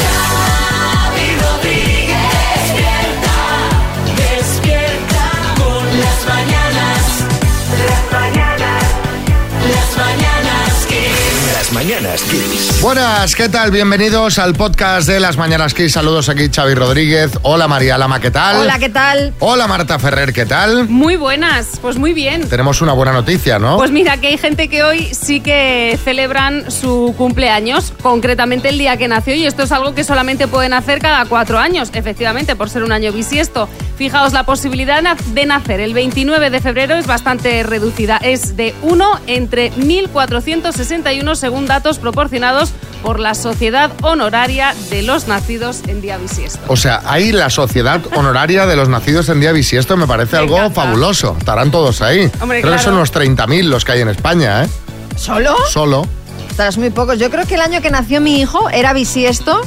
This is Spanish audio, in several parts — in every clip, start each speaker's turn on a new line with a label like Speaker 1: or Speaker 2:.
Speaker 1: Xavi Rodríguez, despierta, despierta con las mañanas, las mañanas, las mañanas que...
Speaker 2: Las mañanas Kiss.
Speaker 3: Buenas, ¿qué tal? Bienvenidos al podcast de Las Mañanas Kiss. Saludos aquí Xavi Rodríguez. Hola María Lama, ¿qué tal?
Speaker 4: Hola, ¿qué tal?
Speaker 3: Hola Marta Ferrer, ¿qué tal?
Speaker 4: Muy buenas, pues muy bien.
Speaker 3: Tenemos una buena noticia, ¿no?
Speaker 4: Pues mira, que hay gente que hoy sí que celebran su cumpleaños, concretamente el día que nació, y esto es algo que solamente pueden hacer cada cuatro años, efectivamente, por ser un año bisiesto. Fijaos, la posibilidad na- de nacer el 29 de febrero es bastante reducida, es de 1 entre 1461 según datos proporcionados por la Sociedad Honoraria de los Nacidos en Día Bisiesto.
Speaker 3: O sea, hay la Sociedad Honoraria de los Nacidos en Día Bisiesto, me parece algo fabuloso. Estarán todos ahí.
Speaker 4: Hombre,
Speaker 3: Creo que son
Speaker 4: claro.
Speaker 3: unos 30.000 los que hay en España, ¿eh?
Speaker 4: ¿Solo?
Speaker 3: Solo.
Speaker 5: Estarás muy pocos. Yo creo que el año que nació mi hijo era bisiesto.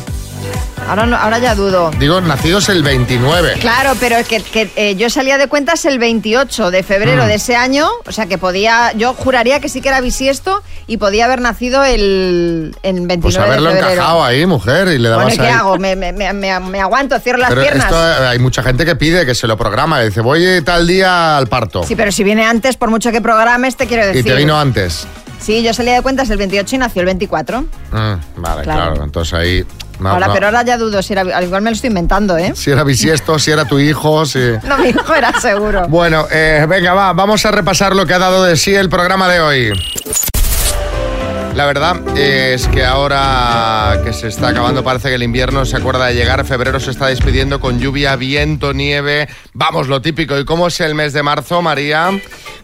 Speaker 5: Ahora, no- ahora ya dudo.
Speaker 3: Digo, nacidos el 29.
Speaker 5: Claro, pero es que, que, eh, yo salía de cuentas el 28 de febrero
Speaker 3: Mm.
Speaker 5: de ese año, o sea que podía, yo juraría que sí que era bisiesto y podía haber nacido el, en 29
Speaker 3: Pues
Speaker 5: de
Speaker 3: haberlo
Speaker 5: febrero.
Speaker 3: encajado ahí, mujer, y le
Speaker 5: Bueno,
Speaker 3: dabas
Speaker 5: ¿y ¿qué
Speaker 3: ahí.
Speaker 5: hago? Me, me- me- me- me aguanto, cierro las
Speaker 3: Pero
Speaker 5: piernas.
Speaker 3: esto eh, hay mucha gente que pide que se lo programa. Dice, voy eh, tal día al parto.
Speaker 5: Sí, pero si viene antes, por mucho que programes, te quiero decir.
Speaker 3: y te vino antes.
Speaker 5: Sí, yo salía de cuentas el 28 y nació el 24.
Speaker 3: Mm, vale, claro.
Speaker 5: Claro.
Speaker 3: Entonces ahí. no,
Speaker 5: ahora,
Speaker 3: no.
Speaker 5: pero ahora ya dudo si era, al igual me lo estoy inventando, ¿eh?
Speaker 3: Si era bisiesto, si era tu hijo, si.
Speaker 5: No, mi hijo era seguro.
Speaker 3: Bueno, eh, venga, va, vamos a repasar lo que ha dado de sí el programa de hoy. La verdad es que ahora que se está acabando parece que el invierno se acuerda de llegar, febrero se está despidiendo con lluvia, viento, nieve, vamos, lo típico. ¿Y cómo es el mes de marzo, María?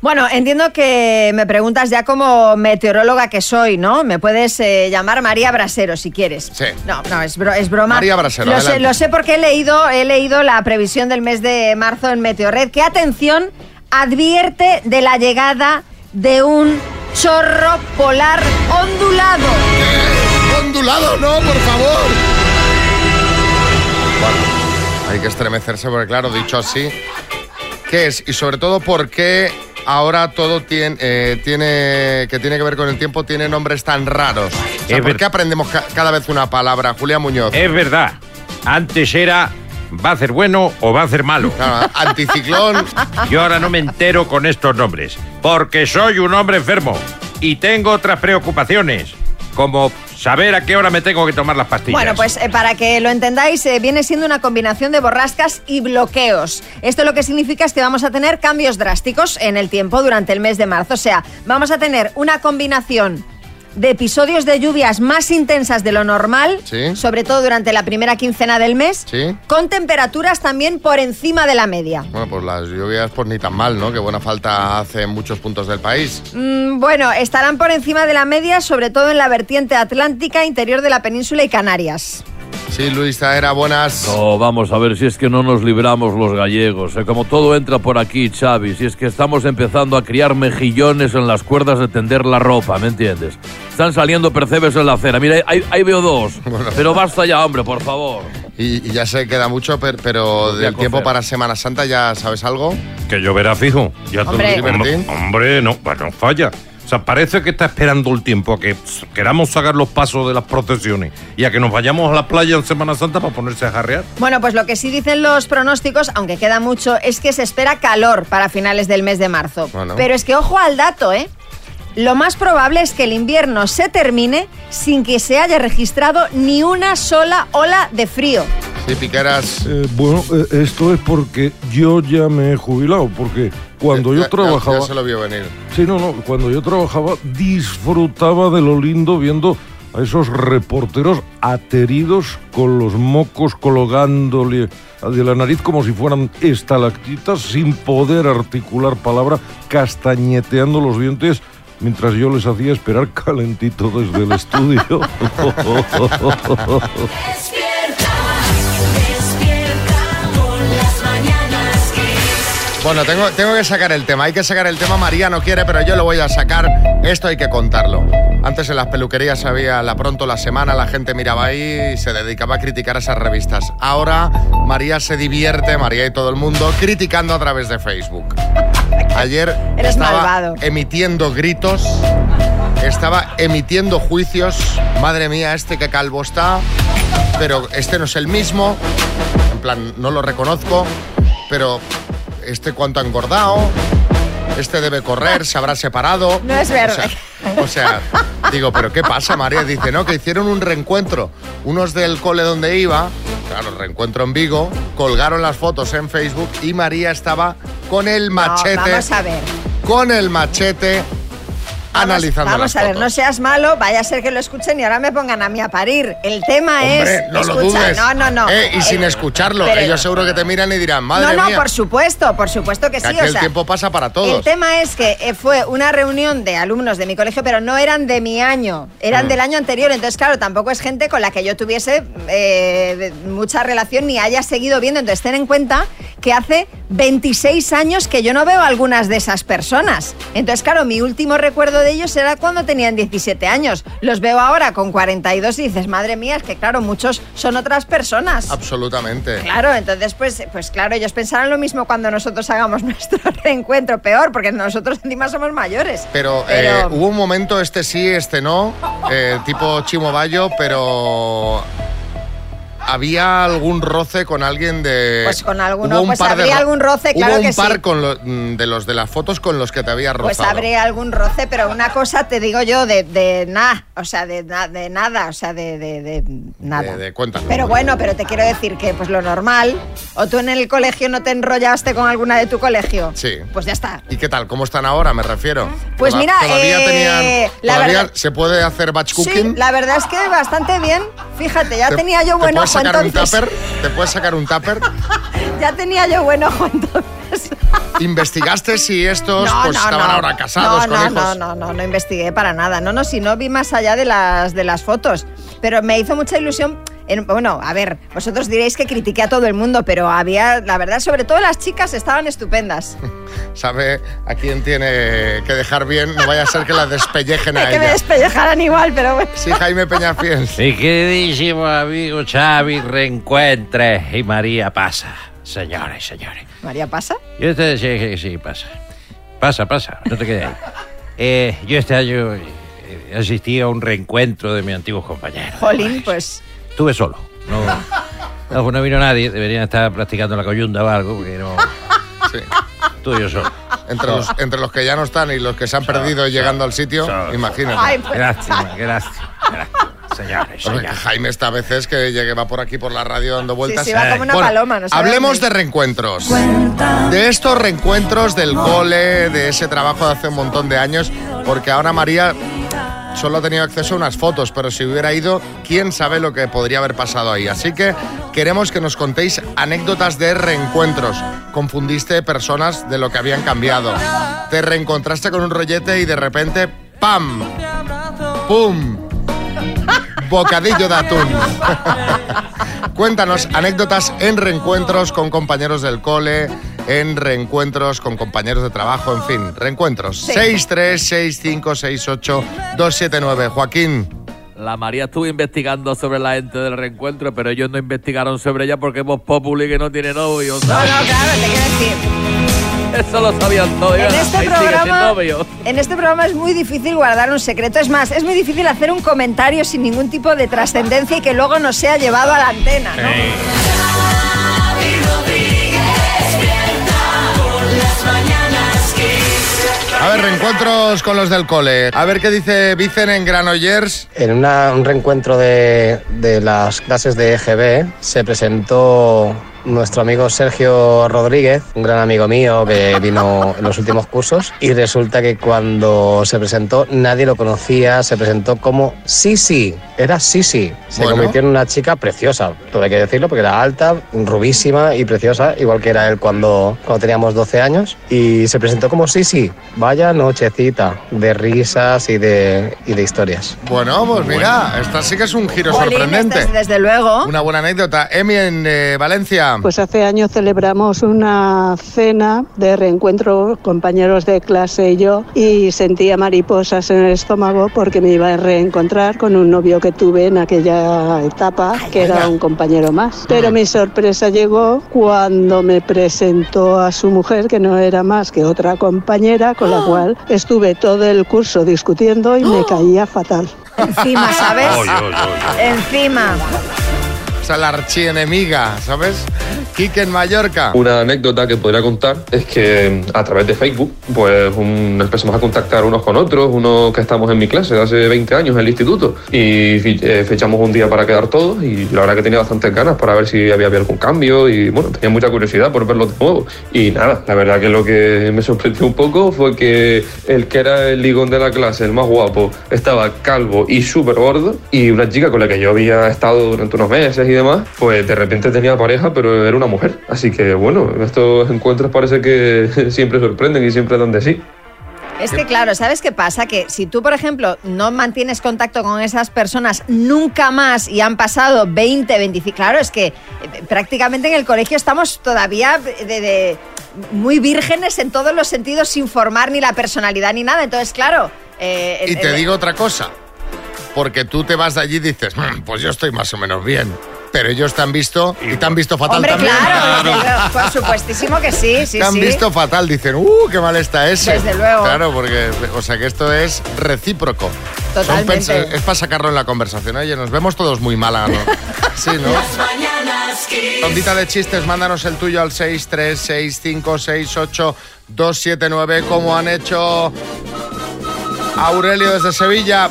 Speaker 5: Bueno, entiendo que me preguntas ya como meteoróloga que soy, ¿no? Me puedes eh, llamar María Brasero si quieres.
Speaker 3: Sí.
Speaker 5: No, no, es, bro- es broma.
Speaker 3: María Brasero,
Speaker 5: Lo sé,
Speaker 3: adelante.
Speaker 5: lo sé porque he leído, he leído la previsión del mes de marzo en Meteorred, que atención, advierte de la llegada de un chorro polar ondulado.
Speaker 3: Ondulado, no, por favor. Bueno, hay que estremecerse porque, claro, dicho así, ¿qué es? Y sobre todo, ¿por qué ahora todo tiene, eh, tiene que tiene que ver con el tiempo tiene nombres tan raros? O sea,
Speaker 6: Es
Speaker 3: ¿Por
Speaker 6: ver-
Speaker 3: qué aprendemos ca- cada vez una palabra, Julia Muñoz?
Speaker 6: Es verdad. Antes era va a ser bueno o va a ser malo.
Speaker 3: Claro, anticiclón.
Speaker 6: Yo ahora no me entero con estos nombres, porque soy un hombre enfermo y tengo otras preocupaciones, como saber a qué hora me tengo que tomar las pastillas.
Speaker 5: Bueno, pues eh, para que lo entendáis, eh, viene siendo una combinación de borrascas y bloqueos. Esto lo que significa es que vamos a tener cambios drásticos en el tiempo durante el mes de marzo. O sea, vamos a tener una combinación de episodios de lluvias más intensas de lo normal,
Speaker 3: Sí.
Speaker 5: sobre todo durante la primera quincena del mes,
Speaker 3: Sí.
Speaker 5: con temperaturas también por encima de la media.
Speaker 3: Bueno, pues las lluvias, pues ni tan mal, ¿no? Qué buena falta hace en muchos puntos del país.
Speaker 5: Mm, bueno, estarán por encima de la media, sobre todo en la vertiente atlántica, interior de la península y Canarias.
Speaker 3: Sí, Luisa, era buenas.
Speaker 7: No, vamos a ver si es que no nos libramos los gallegos. eh, Como todo entra por aquí, Xavi, si es que estamos empezando a criar mejillones en las cuerdas de tender la ropa, ¿me entiendes? Están saliendo percebes en la acera. Mira, ahí, ahí veo dos. Pero basta ya, hombre, por favor.
Speaker 3: Y, y ya se queda mucho, per- pero del tiempo para Semana Santa ya sabes algo.
Speaker 6: Que lloverá fijo. Ya te lo
Speaker 5: Hombre.
Speaker 6: digo. Hombre, hombre, no, pues no falla. O sea, parece que está esperando el tiempo a que pss, queramos sacar los pasos de las procesiones y a que nos vayamos a la playa en Semana Santa para ponerse a jarrear.
Speaker 5: Bueno, pues lo que sí dicen los pronósticos, aunque queda mucho, es que se espera calor para finales del mes de marzo.
Speaker 3: Bueno.
Speaker 5: Pero es que ojo al dato, ¿eh? Lo más probable es que el invierno se termine sin que se haya registrado ni una sola ola de frío.
Speaker 3: Sí, piqueras.
Speaker 8: Eh, bueno, eh, esto es porque yo ya me he jubilado, porque
Speaker 6: Pues
Speaker 8: cuando
Speaker 3: Eh, Ya-
Speaker 8: yo
Speaker 3: ya-
Speaker 8: trabajaba...
Speaker 3: ya se lo vio venir.
Speaker 8: Sí, no, no, cuando yo trabajaba disfrutaba de lo lindo viendo a esos reporteros ateridos con los mocos colgándole de la nariz como si fueran estalactitas sin poder articular palabra, castañeteando los dientes mientras yo les hacía esperar calentito desde el estudio.
Speaker 1: Despierta, despierta con las mañanas que...
Speaker 3: Bueno, tengo, tengo que sacar el tema. Hay que sacar el tema. María no quiere, pero yo lo voy a sacar. Esto hay que contarlo. Antes en las peluquerías había la pronto, la semana, la gente miraba ahí y se dedicaba a criticar esas revistas. Ahora María se divierte, María y todo el mundo, criticando a través de Facebook. Ayer
Speaker 5: Eres
Speaker 3: estaba
Speaker 5: malvado.
Speaker 3: emitiendo gritos, estaba emitiendo juicios. Madre mía, este que calvo está, pero este no es el mismo. En plan, no lo reconozco, pero este cuánto ha engordado. Este debe correr, se habrá separado.
Speaker 5: No es verdad.
Speaker 3: O sea, o sea, digo, ¿pero qué pasa, María? Dice, no, que hicieron un reencuentro. Unos del cole donde iba, claro, reencuentro en Vigo, colgaron las fotos en Facebook y María estaba con el
Speaker 5: No,
Speaker 3: machete
Speaker 5: vamos a ver.
Speaker 3: con el machete
Speaker 5: Vamos-
Speaker 3: analizando
Speaker 5: Vamos
Speaker 3: las
Speaker 5: a ver,
Speaker 3: fotos.
Speaker 5: no seas malo, vaya a ser que lo escuchen y ahora me pongan a mí a parir. El tema
Speaker 3: Hombre,
Speaker 5: es.
Speaker 3: no lo
Speaker 5: escucha,
Speaker 3: dudes.
Speaker 5: No, no, no.
Speaker 3: Eh, y
Speaker 5: Eh,
Speaker 3: sin escucharlo,
Speaker 5: pero-
Speaker 3: ellos seguro que te miran y dirán, madre
Speaker 5: no, no,
Speaker 3: mía,
Speaker 5: por supuesto, por supuesto
Speaker 3: que
Speaker 5: que, sí.
Speaker 3: aquí
Speaker 5: o
Speaker 3: el
Speaker 5: sea,
Speaker 3: tiempo pasa para todos.
Speaker 5: El tema es que eh, fue una reunión de alumnos de mi colegio, pero no eran de mi año,
Speaker 3: Mm.
Speaker 5: eran del año anterior. Entonces, claro, tampoco es gente con la que yo tuviese eh, mucha relación ni haya seguido viendo. Entonces, ten en cuenta que hace 26 años que yo no veo a algunas de esas personas. Entonces, claro, mi último recuerdo de ellos era cuando tenían 17 años. Los veo ahora con 42 y dices, madre mía, es que claro, muchos son otras personas.
Speaker 3: Absolutamente.
Speaker 5: Claro, entonces pues, pues claro, ellos pensarán lo mismo cuando nosotros hagamos nuestro reencuentro, peor, porque nosotros encima somos mayores.
Speaker 3: Pero, eh, hubo un momento, este sí, este no, eh, tipo Chimo Bayo, pero había algún roce con alguien de.
Speaker 5: Pues con alguno,
Speaker 3: hubo un
Speaker 5: pues
Speaker 3: par de
Speaker 5: habría
Speaker 3: ro-
Speaker 5: algún roce, claro
Speaker 3: hubo un
Speaker 5: que sí.
Speaker 3: par con lo- mm, de los de las fotos con los que te había rozado.
Speaker 5: pues habría algún roce, pero una cosa te digo yo de, de nada, o sea, de, na- de nada, o sea, de, de- de nada.
Speaker 3: De- Eh, de- cuéntalo.
Speaker 5: Pero bueno, pero te quiero decir que pues lo normal, o tú en el colegio no te enrollaste con alguna de tu colegio.
Speaker 3: Sí.
Speaker 5: Pues ya está.
Speaker 3: ¿Y qué tal? ¿Cómo están ahora? Me refiero.
Speaker 5: Pues
Speaker 3: Toda-
Speaker 5: mira,
Speaker 3: todavía
Speaker 5: eh,
Speaker 3: tenían.
Speaker 5: la
Speaker 3: todavía
Speaker 5: verdad-
Speaker 3: se puede hacer batch
Speaker 5: Sí,
Speaker 3: cooking.
Speaker 5: la verdad es que bastante bien. Fíjate, ya
Speaker 3: ¿Te-
Speaker 5: tenía yo
Speaker 3: ¿te
Speaker 5: buen
Speaker 3: puedes
Speaker 5: ojo
Speaker 3: sacar
Speaker 5: entonces.
Speaker 3: un tupper? ¿Te puedes sacar un tupper?
Speaker 5: Ya tenía yo buen ojo entonces.
Speaker 3: ¿Investigaste si estos pues, estaban ahora casados
Speaker 5: no,
Speaker 3: con
Speaker 5: no,
Speaker 3: hijos?
Speaker 5: No, no, no, no investigué para nada. No, no, si no vi más allá de las, de las fotos. Pero me hizo mucha ilusión. en- bueno, a ver, vosotros diréis que critiqué a todo el mundo, pero había, la verdad, sobre todo las chicas estaban estupendas.
Speaker 3: sabe a quién tiene que dejar bien, no vaya a ser que la despellejen a
Speaker 5: que me
Speaker 3: ella.
Speaker 5: despellejaran igual, pero bueno.
Speaker 3: Sí, Jaime Peñafiel.
Speaker 2: Mi queridísimo amigo Xavi reencuentre y María pasa. Señores, señores.
Speaker 5: María, ¿pasa?
Speaker 2: Yo este sí, sí, sí, pasa. Pasa, pasa, no te quedes ahí. Eh, yo este año eh, asistí a un reencuentro de mis antiguos compañeros.
Speaker 5: Jolín, pues...
Speaker 2: Estuve solo. No, no, pues no vino nadie, deberían estar practicando la coyunda o algo, porque no.
Speaker 3: Sí.
Speaker 2: Estuve yo solo.
Speaker 3: Entre, los, entre los que ya no están y los que se han perdido llegando al sitio,
Speaker 2: so-
Speaker 5: Ay,
Speaker 3: imagínate.
Speaker 5: pues...
Speaker 2: Qué lástima, qué lástima, qué lástima. Señores,
Speaker 3: Hombre, que
Speaker 2: señores.
Speaker 3: Jaime está a veces que llegue, va por aquí por la radio dando vueltas.
Speaker 5: Sí, sí, va como una paloma, no sabe
Speaker 3: hablemos
Speaker 5: dónde
Speaker 3: de
Speaker 5: ir.
Speaker 3: reencuentros. De estos reencuentros del cole, de ese trabajo de hace un montón de años, porque ahora María solo ha tenido acceso a unas fotos, pero si hubiera ido, quién sabe lo que podría haber pasado ahí. Así que queremos que nos contéis anécdotas de reencuentros. Confundiste personas de lo que habían cambiado. Te reencontraste con un rollete y de repente ¡pam! ¡pum! Bocadillo de atún. Cuéntanos anécdotas en reencuentros con compañeros del cole, en reencuentros con compañeros de trabajo, en fin, reencuentros. 636568279. Joaquín,
Speaker 7: La María estuvo investigando sobre la gente del reencuentro, pero ellos no investigaron sobre ella porque Voz Populi que no tiene novio.
Speaker 5: No,
Speaker 7: ¿sabes?
Speaker 5: no, claro, te quiero decir.
Speaker 7: Eso lo sabían todos.
Speaker 5: En
Speaker 7: Ahí sigue
Speaker 5: este,
Speaker 7: sin
Speaker 5: programa,
Speaker 7: novio.
Speaker 5: en este programa es muy difícil guardar un secreto. Es más, es muy difícil hacer un comentario sin ningún tipo de trascendencia y que luego no sea llevado a la antena, ¿no?
Speaker 3: a ver, reencuentros con los del cole. A ver qué dice Vicen en Granollers.
Speaker 9: En una- un reencuentro de, de las clases de EGB se presentó nuestro amigo Sergio Rodríguez, un gran amigo mío que vino en los últimos cursos, y resulta que cuando se presentó nadie lo conocía, se presentó como Sisi, era Sisi, se
Speaker 3: Bueno.
Speaker 9: convirtió en una chica preciosa, todo hay que decirlo, porque era alta, rubísima y preciosa, igual que era él cuando, cuando teníamos 12 años, y se presentó como Sisi, vaya nochecita de risas y de, y de historias.
Speaker 3: Bueno, pues mira, esta sí que es un giro
Speaker 5: Jolín,
Speaker 3: sorprendente.
Speaker 5: este es, desde luego.
Speaker 3: Una buena anécdota. Emi en eh, Valencia. María.
Speaker 10: Pues hace años celebramos una cena de reencuentro, compañeros de clase y yo, y sentía mariposas en el estómago porque me iba a reencontrar con un novio que tuve en aquella etapa, que era un compañero más. Pero mi sorpresa llegó cuando me presentó a su mujer, que no era más que otra compañera, con la cual estuve todo el curso discutiendo y me caía fatal.
Speaker 5: Encima, ¿sabes?
Speaker 6: Oy, oy, oy, oy.
Speaker 5: Encima.
Speaker 3: O sea, la archienemiga, ¿sabes? Quique en Mallorca.
Speaker 11: Una anécdota que podría contar es que mm, a través de Facebook, pues un- empezamos a contactar unos con otros, unos que estamos en mi clase de hace 20 años en el instituto, y fi- eh, fechamos un día para quedar todos, y la verdad que tenía bastantes ganas para ver si había, había algún cambio, y bueno, tenía mucha curiosidad por verlo de nuevo. Y nada, la verdad que lo que me sorprendió un poco fue que el que era el ligón de la clase, el más guapo, estaba calvo y súper gordo, y una chica con la que yo había estado durante unos meses y demás, pues de repente tenía pareja, pero era una mujer. Así que bueno, estos encuentros parece que siempre sorprenden y siempre dan de sí.
Speaker 5: Es que claro, ¿sabes qué pasa? Que si tú, por ejemplo, no mantienes contacto con esas personas nunca más y han pasado 20, 25... Claro, es que eh, prácticamente en el colegio estamos todavía de- de- muy vírgenes en todos los sentidos, sin formar ni la personalidad ni nada. Entonces, claro... eh,
Speaker 3: Y
Speaker 5: el-
Speaker 3: te
Speaker 5: el-
Speaker 3: digo otra cosa, porque tú te vas de allí y dices, "Mm, pues yo estoy más o menos bien, pero ellos te han visto y te han visto fatal
Speaker 5: Hombre,
Speaker 3: también.
Speaker 5: claro, claro, por supuestísimo que sí, sí,
Speaker 3: te han
Speaker 5: sí.
Speaker 3: visto fatal, dicen, ¡uh, qué mal está ese!
Speaker 5: Desde luego.
Speaker 3: Claro, porque, o sea, que esto es recíproco. Son
Speaker 5: Totalmente.
Speaker 3: pens- Es para sacarlo en la conversación. Oye, nos vemos todos muy mal, ¿no? Sí, ¿no?
Speaker 1: mañanas Kiss.
Speaker 3: Rondita de chistes, mándanos el tuyo al 636568279, como han hecho Aurelio desde Sevilla.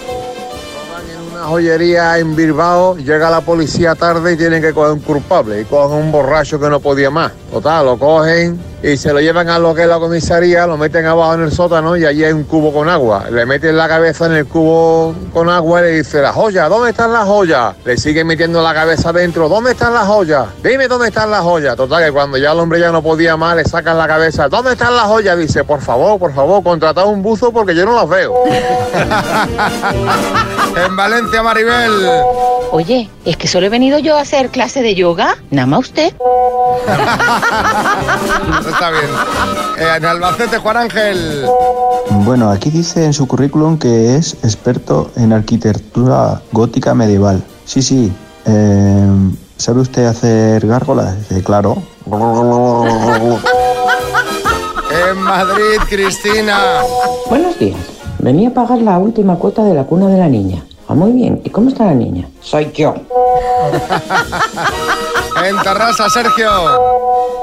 Speaker 12: una joyería en Bilbao, llega la policía tarde y tienen que coger un culpable y cogen un borracho que no podía más. Total, lo cogen y se lo llevan a lo que es la comisaría, lo meten abajo en el sótano y allí hay un cubo con agua. Le meten la cabeza en el cubo con agua y le dice, las joyas, ¿dónde están las joyas? Le siguen metiendo la cabeza dentro, ¿dónde están las joyas? Dime dónde están las joyas. Total, que cuando ya el hombre ya no podía más, le sacan la cabeza, ¿dónde están las joyas? Dice, por favor, por favor, contratad un buzo porque yo no las veo.
Speaker 3: En Valencia, Maribel.
Speaker 13: Oye, es que solo he venido yo a hacer clase de yoga. Nada más usted.
Speaker 3: Está bien. Eh, en Albacete, Juan Ángel.
Speaker 14: Bueno, aquí dice en su currículum que es experto en arquitectura gótica medieval. Sí, sí. eh, ¿Sabe usted hacer gárgolas? Dice, claro.
Speaker 3: En Madrid, Cristina.
Speaker 15: Buenos días. Venía a pagar la última cuota de la cuna de la niña. Ah, muy bien. ¿Y cómo está la niña? Soy yo.
Speaker 3: En Terrassa, Sergio.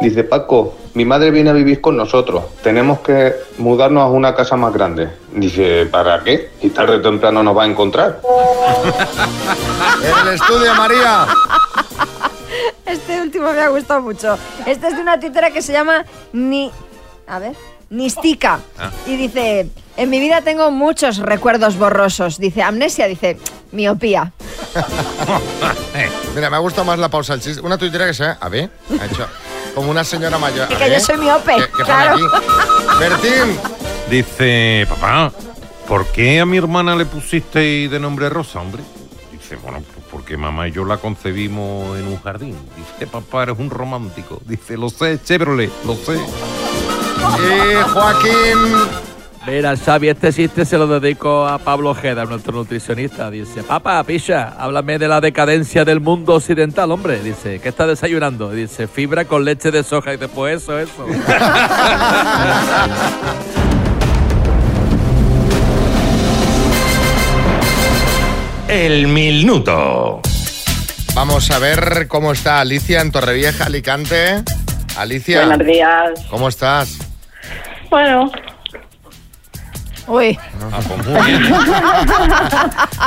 Speaker 11: Dice Paco, mi madre viene a vivir con nosotros. Tenemos que mudarnos a una casa más grande. Dice, ¿para qué? Y tarde o temprano nos va a encontrar.
Speaker 3: En el estudio, María.
Speaker 5: Este último me ha gustado mucho. Este es de una tuitera que se llama Ni... A ver. Nistica.
Speaker 6: Ah.
Speaker 5: Y dice, en mi vida tengo muchos recuerdos borrosos. Dice, amnesia, dice, miopía.
Speaker 3: Mira, me ha gustado más la pausa del chiste. Una tuitera que se llama- A ver, ha hecho. Como una señora mayor.
Speaker 5: Es que yo soy miope,
Speaker 3: ¿Qué, qué pone
Speaker 5: claro.
Speaker 3: aquí? Bertín.
Speaker 6: Dice, papá, ¿por qué a mi hermana le pusisteis de nombre Rosa, hombre? Dice, bueno, pues porque mamá y yo la concebimos en un jardín. Dice, papá, eres un romántico. Dice, lo sé, Chevrolet, lo sé.
Speaker 3: Y Joaquín.
Speaker 16: Mira, Xavi, este chiste se lo dedico a Pablo Ojeda, nuestro nutricionista. Dice, papá, picha, háblame de la decadencia del mundo occidental, hombre. Dice, ¿qué está desayunando? Dice, fibra con leche de soja. Y después eso, eso.
Speaker 6: El minuto.
Speaker 3: Vamos a ver cómo está Alicia en Torrevieja, Alicante. Alicia.
Speaker 17: Buenos días.
Speaker 3: ¿Cómo estás?
Speaker 17: Bueno.
Speaker 5: Uy.
Speaker 3: Ah,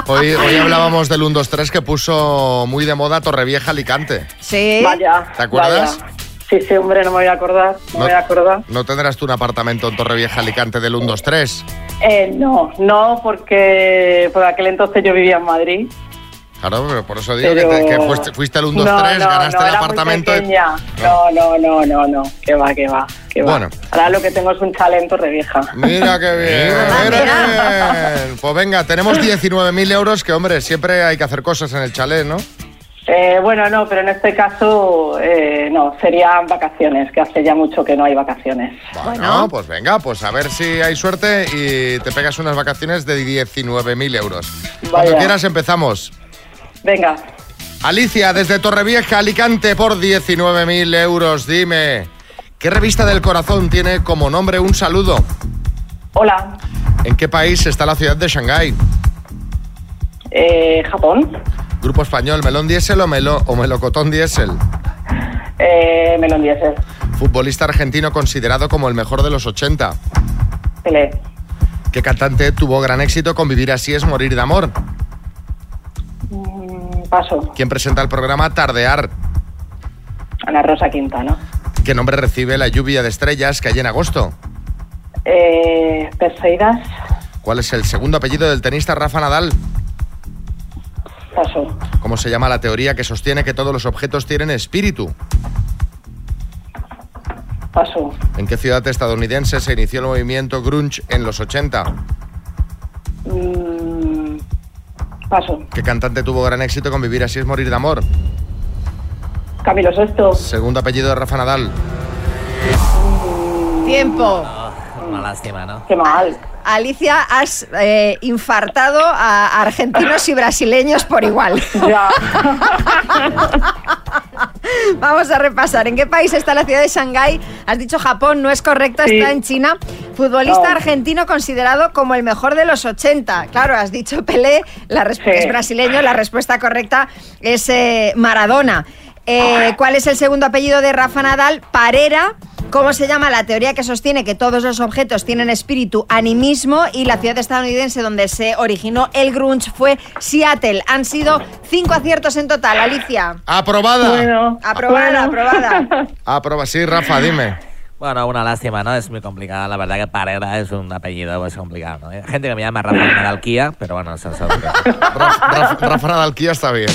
Speaker 3: pues Hoy, hoy hablábamos del 1, 2, 3 que puso muy de moda Torrevieja, Alicante.
Speaker 5: Sí.
Speaker 17: Vaya.
Speaker 3: ¿Te acuerdas?
Speaker 17: vaya. Sí, sí, hombre, no me voy a acordar. No,
Speaker 3: No.
Speaker 17: me voy a acordar.
Speaker 3: ¿No tendrás tú un apartamento en Torrevieja, Alicante del 1, 2, 3?
Speaker 17: Eh, no, no, porque por aquel entonces yo vivía en Madrid.
Speaker 3: Claro, pero por eso digo
Speaker 17: Pero-
Speaker 3: que, te- que fuiste, fuiste al 1, 2,
Speaker 17: No,
Speaker 3: 3,
Speaker 17: no,
Speaker 3: ganaste
Speaker 17: no,
Speaker 3: el
Speaker 17: era muy
Speaker 3: apartamento. y- Ah.
Speaker 17: pequeña. No, no, no, no, no. Que va, que va, que va.
Speaker 3: Bueno.
Speaker 17: Ahora lo que tengo es un talento de vieja.
Speaker 3: Mira qué bien, mira qué bien. Pues venga, tenemos 19.000 euros que, hombre, siempre hay que hacer cosas en el chalet, ¿no?
Speaker 17: Eh, bueno, no, pero en este caso eh, no, serían vacaciones, que hace ya mucho que no hay vacaciones.
Speaker 3: Bueno, pues venga, pues a ver si hay suerte y te pegas unas vacaciones de 19.000 euros. Cuando
Speaker 17: Vaya.
Speaker 3: quieras empezamos.
Speaker 17: Venga,
Speaker 3: Alicia, desde Torrevieja, Alicante, por 19.000 euros, dime, ¿qué revista del corazón tiene como nombre un saludo?
Speaker 17: Hola.
Speaker 3: ¿En qué país está la ciudad de Shanghái?
Speaker 17: eh, Japón,
Speaker 3: Grupo español, melón diésel o, melo, o melocotón diésel.
Speaker 17: eh, melón diésel,
Speaker 3: Futbolista argentino considerado como el mejor de los 80.
Speaker 17: Pelé,
Speaker 3: ¿Qué cantante tuvo gran éxito con Vivir así es morir de amor?
Speaker 17: mm, paso,
Speaker 3: ¿Quién presenta el programa Tardear?
Speaker 17: Ana Rosa Quintana,
Speaker 3: ¿Qué nombre recibe la lluvia de estrellas que hay en agosto?
Speaker 17: eh, Perseidas,
Speaker 3: ¿Cuál es el segundo apellido del tenista Rafa Nadal?
Speaker 17: paso,
Speaker 3: ¿Cómo se llama la teoría que sostiene que todos los objetos tienen espíritu?
Speaker 17: paso,
Speaker 3: ¿En qué ciudad estadounidense se inició el movimiento grunge en los 80?
Speaker 17: mm, paso,
Speaker 3: ¿Qué cantante tuvo gran éxito con Vivir así es morir de amor?
Speaker 17: Camilo Sesto,
Speaker 3: Segundo apellido de Rafa Nadal.
Speaker 5: Tiempo.
Speaker 16: Una Oh, lástima, ¿no?
Speaker 17: Qué mal.
Speaker 5: Alicia, has eh, infartado a argentinos y brasileños por igual. Vamos a repasar. ¿En qué país está la ciudad de Shanghái? Has dicho Japón, no es correcto,
Speaker 17: Sí.
Speaker 5: está en China. Futbolista
Speaker 17: No.
Speaker 5: argentino considerado como el mejor de los 80. Claro, has dicho Pelé, la resp-
Speaker 17: Sí.
Speaker 5: es brasileño, la respuesta correcta es eh, Maradona. Eh, ¿Cuál es el segundo apellido de Rafa Nadal? Parera. ¿Cómo se llama la teoría que sostiene que todos los objetos tienen espíritu, animismo? Y la ciudad estadounidense donde se originó el grunge fue Seattle. Han sido cinco aciertos en total, Alicia.
Speaker 3: ¡Aprobada!
Speaker 5: Aprobada, aprobada.
Speaker 3: Aproba, sí, Rafa, dime.
Speaker 16: Bueno, una lástima, ¿no? Es muy complicada. La verdad que Parera es un apellido pues, complicado, ¿no? Hay gente que me llama Rafael Nadalquía, pero bueno, eso es otro.
Speaker 3: Rafa, Rafa Nadalquía está bien.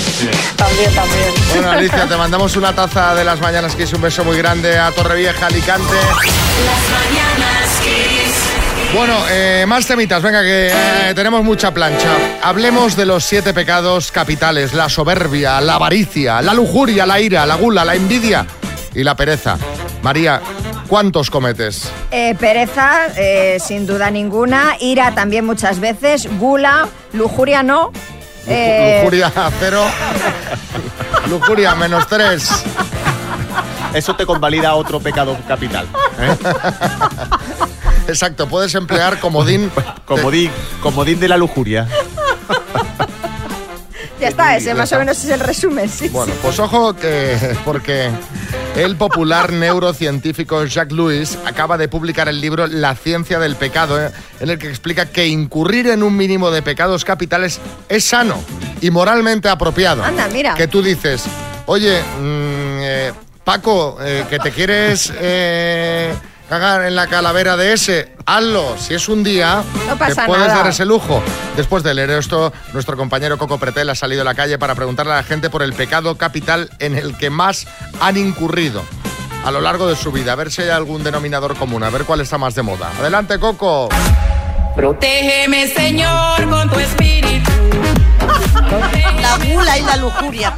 Speaker 17: También, también.
Speaker 3: Bueno, Alicia, te mandamos una taza de las mañanas que es un beso muy grande a Torrevieja, Alicante. Bueno, eh, más temitas, venga, que eh, tenemos mucha plancha. Hablemos de los siete pecados capitales, la soberbia, la avaricia, la lujuria, la ira, la gula, la envidia y la pereza. María, ¿cuántos cometes?
Speaker 5: Eh, pereza, eh, sin duda ninguna. Ira también muchas veces. Gula, lujuria no. Eh,
Speaker 3: Lujuria cero, lujuria menos tres.
Speaker 18: Eso te convalida otro pecado capital. ¿eh?
Speaker 3: Exacto, puedes emplear comodín.
Speaker 18: Comodín, comodín de la lujuria.
Speaker 5: Ya está, ese más o menos es el resumen. sí,
Speaker 3: Bueno,
Speaker 5: sí.
Speaker 3: pues ojo que porque el popular neurocientífico Jacques Lewis acaba de publicar el libro La ciencia del pecado, eh, en el que explica que incurrir en un mínimo de pecados capitales es sano y moralmente apropiado.
Speaker 5: Anda, mira.
Speaker 3: Que tú dices, oye, mm, eh, Paco, eh, que te quieres eh, cagar en la calavera de ese, hazlo. Si es un día,
Speaker 5: No
Speaker 3: te
Speaker 5: pasa
Speaker 3: puedes
Speaker 5: nada.
Speaker 3: dar ese lujo. Después de leer esto, nuestro compañero Coco Pretel ha salido a la calle para preguntarle a la gente por el pecado capital en el que más han incurrido a lo largo de su vida. A ver si hay algún denominador común, a ver cuál está más de moda. Adelante, Coco.
Speaker 1: Protégeme, Señor, con tu espíritu.
Speaker 19: La gula y la lujuria.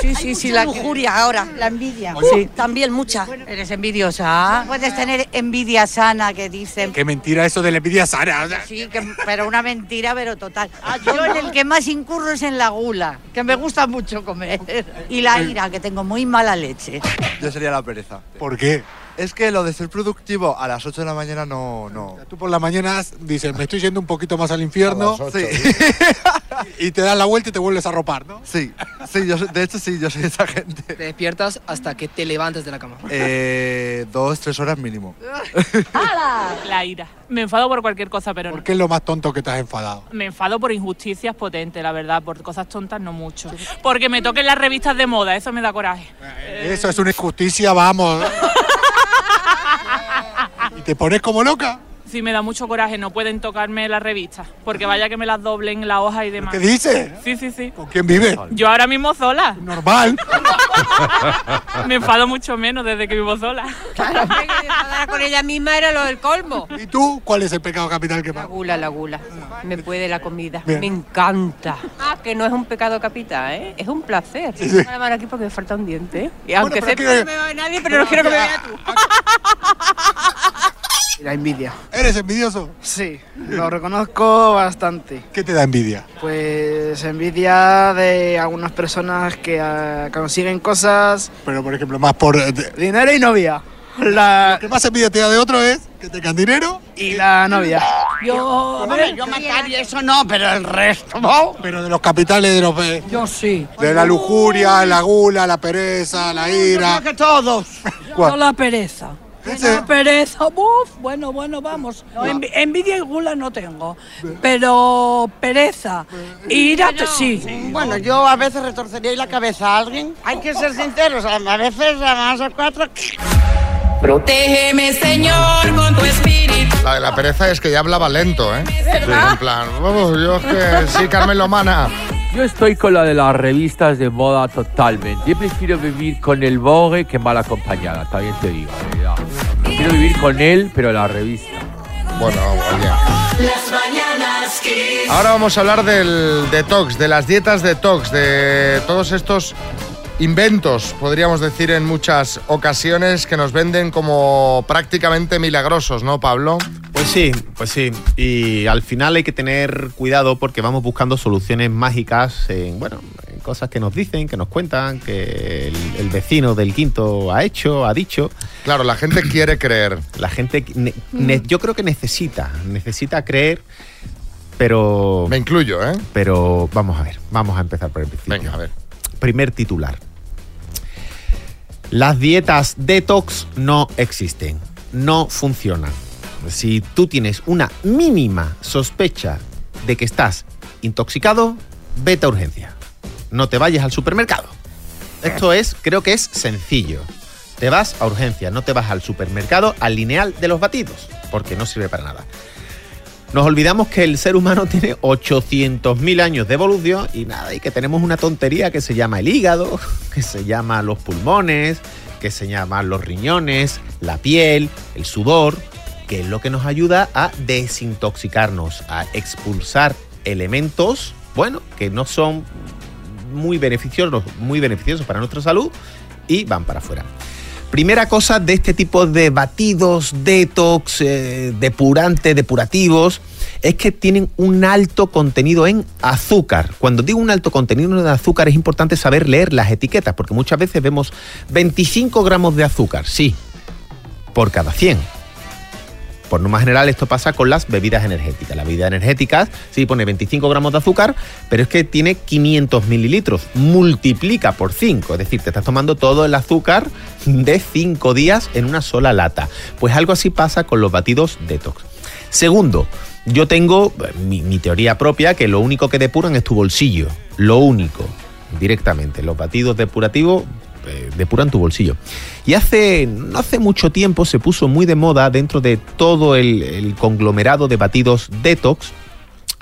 Speaker 19: Sí, sí, sí, la lujuria ahora. La envidia.
Speaker 20: Sí.
Speaker 19: También mucha. Eres envidiosa. Puedes tener envidia sana, que dicen.
Speaker 20: Qué mentira eso de la envidia sana. o sea.
Speaker 19: Sí, que- pero una mentira, pero total. Ah, Yo en el que más incurro es en la gula, que me gusta mucho comer. Y la ira, que tengo muy mala leche.
Speaker 20: Yo sería la pereza. ¿Por qué? Es que lo de ser productivo a las 8 de la mañana no. no. Tú por las mañanas dices, me estoy yendo un poquito más al infierno. y te das la vuelta y te vuelves a ropar, ¿no? Sí, sí yo, de hecho sí, yo soy esa gente.
Speaker 21: Te despiertas hasta que te levantas de la cama.
Speaker 20: Eh, dos, tres horas mínimo.
Speaker 22: La ira. Me enfado por cualquier cosa, pero no.
Speaker 20: ¿Qué es lo más tonto que te has enfadado?
Speaker 22: Me enfado por injusticias potentes, la verdad, por cosas tontas no mucho. Porque me toquen las revistas de moda, eso me da coraje.
Speaker 20: Eso es una injusticia, vamos. y te pones como loca.
Speaker 22: Sí, me da mucho coraje, no pueden tocarme las revistas, porque vaya que me las doblen la hoja y demás.
Speaker 20: ¿Qué dices?
Speaker 22: Sí, sí, sí.
Speaker 20: ¿Con quién vive?
Speaker 22: Yo ahora mismo sola.
Speaker 20: Normal.
Speaker 22: Me enfado mucho menos desde que vivo sola.
Speaker 4: Claro, que enfadara con ella misma era lo del colmo.
Speaker 20: ¿Y tú cuál es el pecado capital que
Speaker 4: La
Speaker 20: más?
Speaker 4: gula, la gula. Me puede la comida.
Speaker 20: Bien.
Speaker 4: Me encanta. Ah, que no es un pecado capital, ¿eh? Es un placer.
Speaker 20: Sí, sí.
Speaker 4: Voy a lavar aquí porque me falta un diente. ¿eh? Y aunque
Speaker 20: pero
Speaker 4: sepa
Speaker 20: que-
Speaker 4: que no me va a nadie, pero no quiero que me vea tú.
Speaker 21: La envidia.
Speaker 20: ¿Eres envidioso?
Speaker 21: Sí, lo reconozco bastante.
Speaker 20: ¿Qué te da envidia?
Speaker 21: Pues envidia de algunas personas que ah, consiguen cosas.
Speaker 20: Pero por ejemplo, más por. eh,
Speaker 21: Dinero y novia. La... Lo
Speaker 20: que más envidia te da de otro es que tengan dinero
Speaker 21: y la novia.
Speaker 8: Yo, hombre, yo matar y eso no, pero el resto. ¿no?
Speaker 20: Pero de los capitales de los. eh,
Speaker 8: Yo sí.
Speaker 20: De la lujuria, la gula, la pereza, la ira.
Speaker 8: que todos.
Speaker 20: ¿Cuál?
Speaker 8: No la pereza. La pereza, buf, bueno, bueno, vamos. No, envi- envidia y gula no tengo, pero pereza, ira que sí. Bueno, yo a veces retorcería la cabeza a alguien. Hay que ser sinceros, a veces a más a cuatro.
Speaker 1: Protégeme, Señor, con tu espíritu.
Speaker 3: La de la pereza es que ya hablaba lento, ¿eh?
Speaker 8: ¿Verdad?
Speaker 3: En plan, vamos, yo es que sí, Carmen Lomana.
Speaker 7: Yo estoy con la de las revistas de moda totalmente. Yo prefiero vivir con el Vogue que mal acompañada, también te digo. eh, ya. Prefiero vivir con él, pero la revista.
Speaker 3: Bueno, oye.
Speaker 1: Las mañanas Kiss.
Speaker 3: Ahora vamos a hablar del detox, de las dietas detox, de todos estos inventos, podríamos decir en muchas ocasiones, que nos venden como prácticamente milagrosos, ¿no, Pablo?
Speaker 23: Pues sí, pues sí. Y al final hay que tener cuidado porque vamos buscando soluciones mágicas en, bueno, en cosas que nos dicen, que nos cuentan, que el, el vecino del quinto ha hecho, ha dicho.
Speaker 3: Claro, la gente quiere creer.
Speaker 23: La gente, ne- ne- yo creo que necesita, necesita creer, pero... Me
Speaker 3: incluyo, ¿eh?
Speaker 23: Pero vamos a ver, vamos a empezar por el principio.
Speaker 3: Venga, a ver.
Speaker 23: Primer titular. Las dietas detox no existen, no funcionan. Si tú tienes una mínima sospecha de que estás intoxicado, vete a urgencia. No te vayas al supermercado. Esto es, creo que es sencillo. Te vas a urgencia, no te vas al supermercado, al lineal de los batidos, porque no sirve para nada. Nos olvidamos que el ser humano tiene 800.000 años de evolución y nada, y que tenemos una tontería que se llama el hígado, que se llama los pulmones, que se llaman los riñones, la piel, el sudor, que es lo que nos ayuda a desintoxicarnos, a expulsar elementos, bueno, que no son muy beneficiosos, muy beneficiosos para nuestra salud y van para afuera. Primera cosa de este tipo de batidos, detox, eh, depurantes, depurativos, es que tienen un alto contenido en azúcar. Cuando digo un alto contenido en azúcar es importante saber leer las etiquetas, porque muchas veces vemos 25 gramos de azúcar, sí, por cada 100. Por norma general esto pasa con las bebidas energéticas. Las bebidas energéticas sí pone 25 gramos de azúcar, pero es que tiene 500 mililitros. Multiplica por 5. Es decir, te estás tomando todo el azúcar de 5 días en una sola lata. Pues algo así pasa con los batidos detox. Segundo, yo tengo eh, mi, mi teoría propia que lo único que depuran es tu bolsillo. Lo único, directamente. Los batidos depurativos eh, depuran tu bolsillo. Y hace, no hace mucho tiempo se puso muy de moda dentro de todo el, el conglomerado de batidos detox,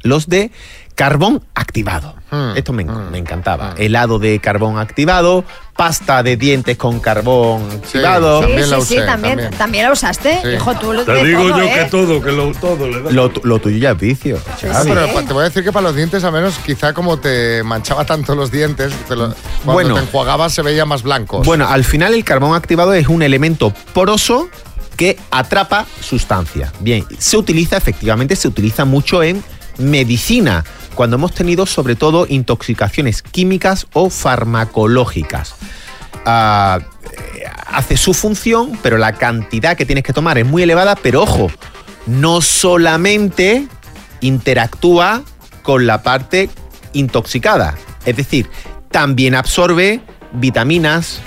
Speaker 23: los de carbón activado.
Speaker 5: Hmm.
Speaker 23: Esto me, enc- me encantaba. Helado de carbón activado, pasta de dientes con carbón activado.
Speaker 5: sí, sí, sí, también, también. la usaste.
Speaker 23: Sí.
Speaker 5: Hijo, tú lo
Speaker 23: Te
Speaker 5: de
Speaker 23: digo
Speaker 5: todo,
Speaker 23: yo
Speaker 5: ¿eh?
Speaker 23: que
Speaker 3: Todo, que lo, todo le
Speaker 23: Lo, tu- lo tuyo ya es vicio.
Speaker 3: Ah,
Speaker 23: Xavi.
Speaker 3: pero pa- te voy a decir que para los dientes, al menos, quizá como te manchaba tanto los dientes, te lo- cuando
Speaker 23: Bueno.
Speaker 3: te enjuagabas se veía más blanco.
Speaker 23: pues, Bueno, al final el carbón activado es un elemento poroso que atrapa sustancia. Bien, se utiliza efectivamente, se utiliza mucho en medicina, cuando hemos tenido sobre todo intoxicaciones químicas o farmacológicas. Ah, eh, hace su función, pero la cantidad que tienes que tomar es muy elevada, pero ojo, no solamente interactúa con la parte intoxicada. Es decir, también absorbe vitaminas,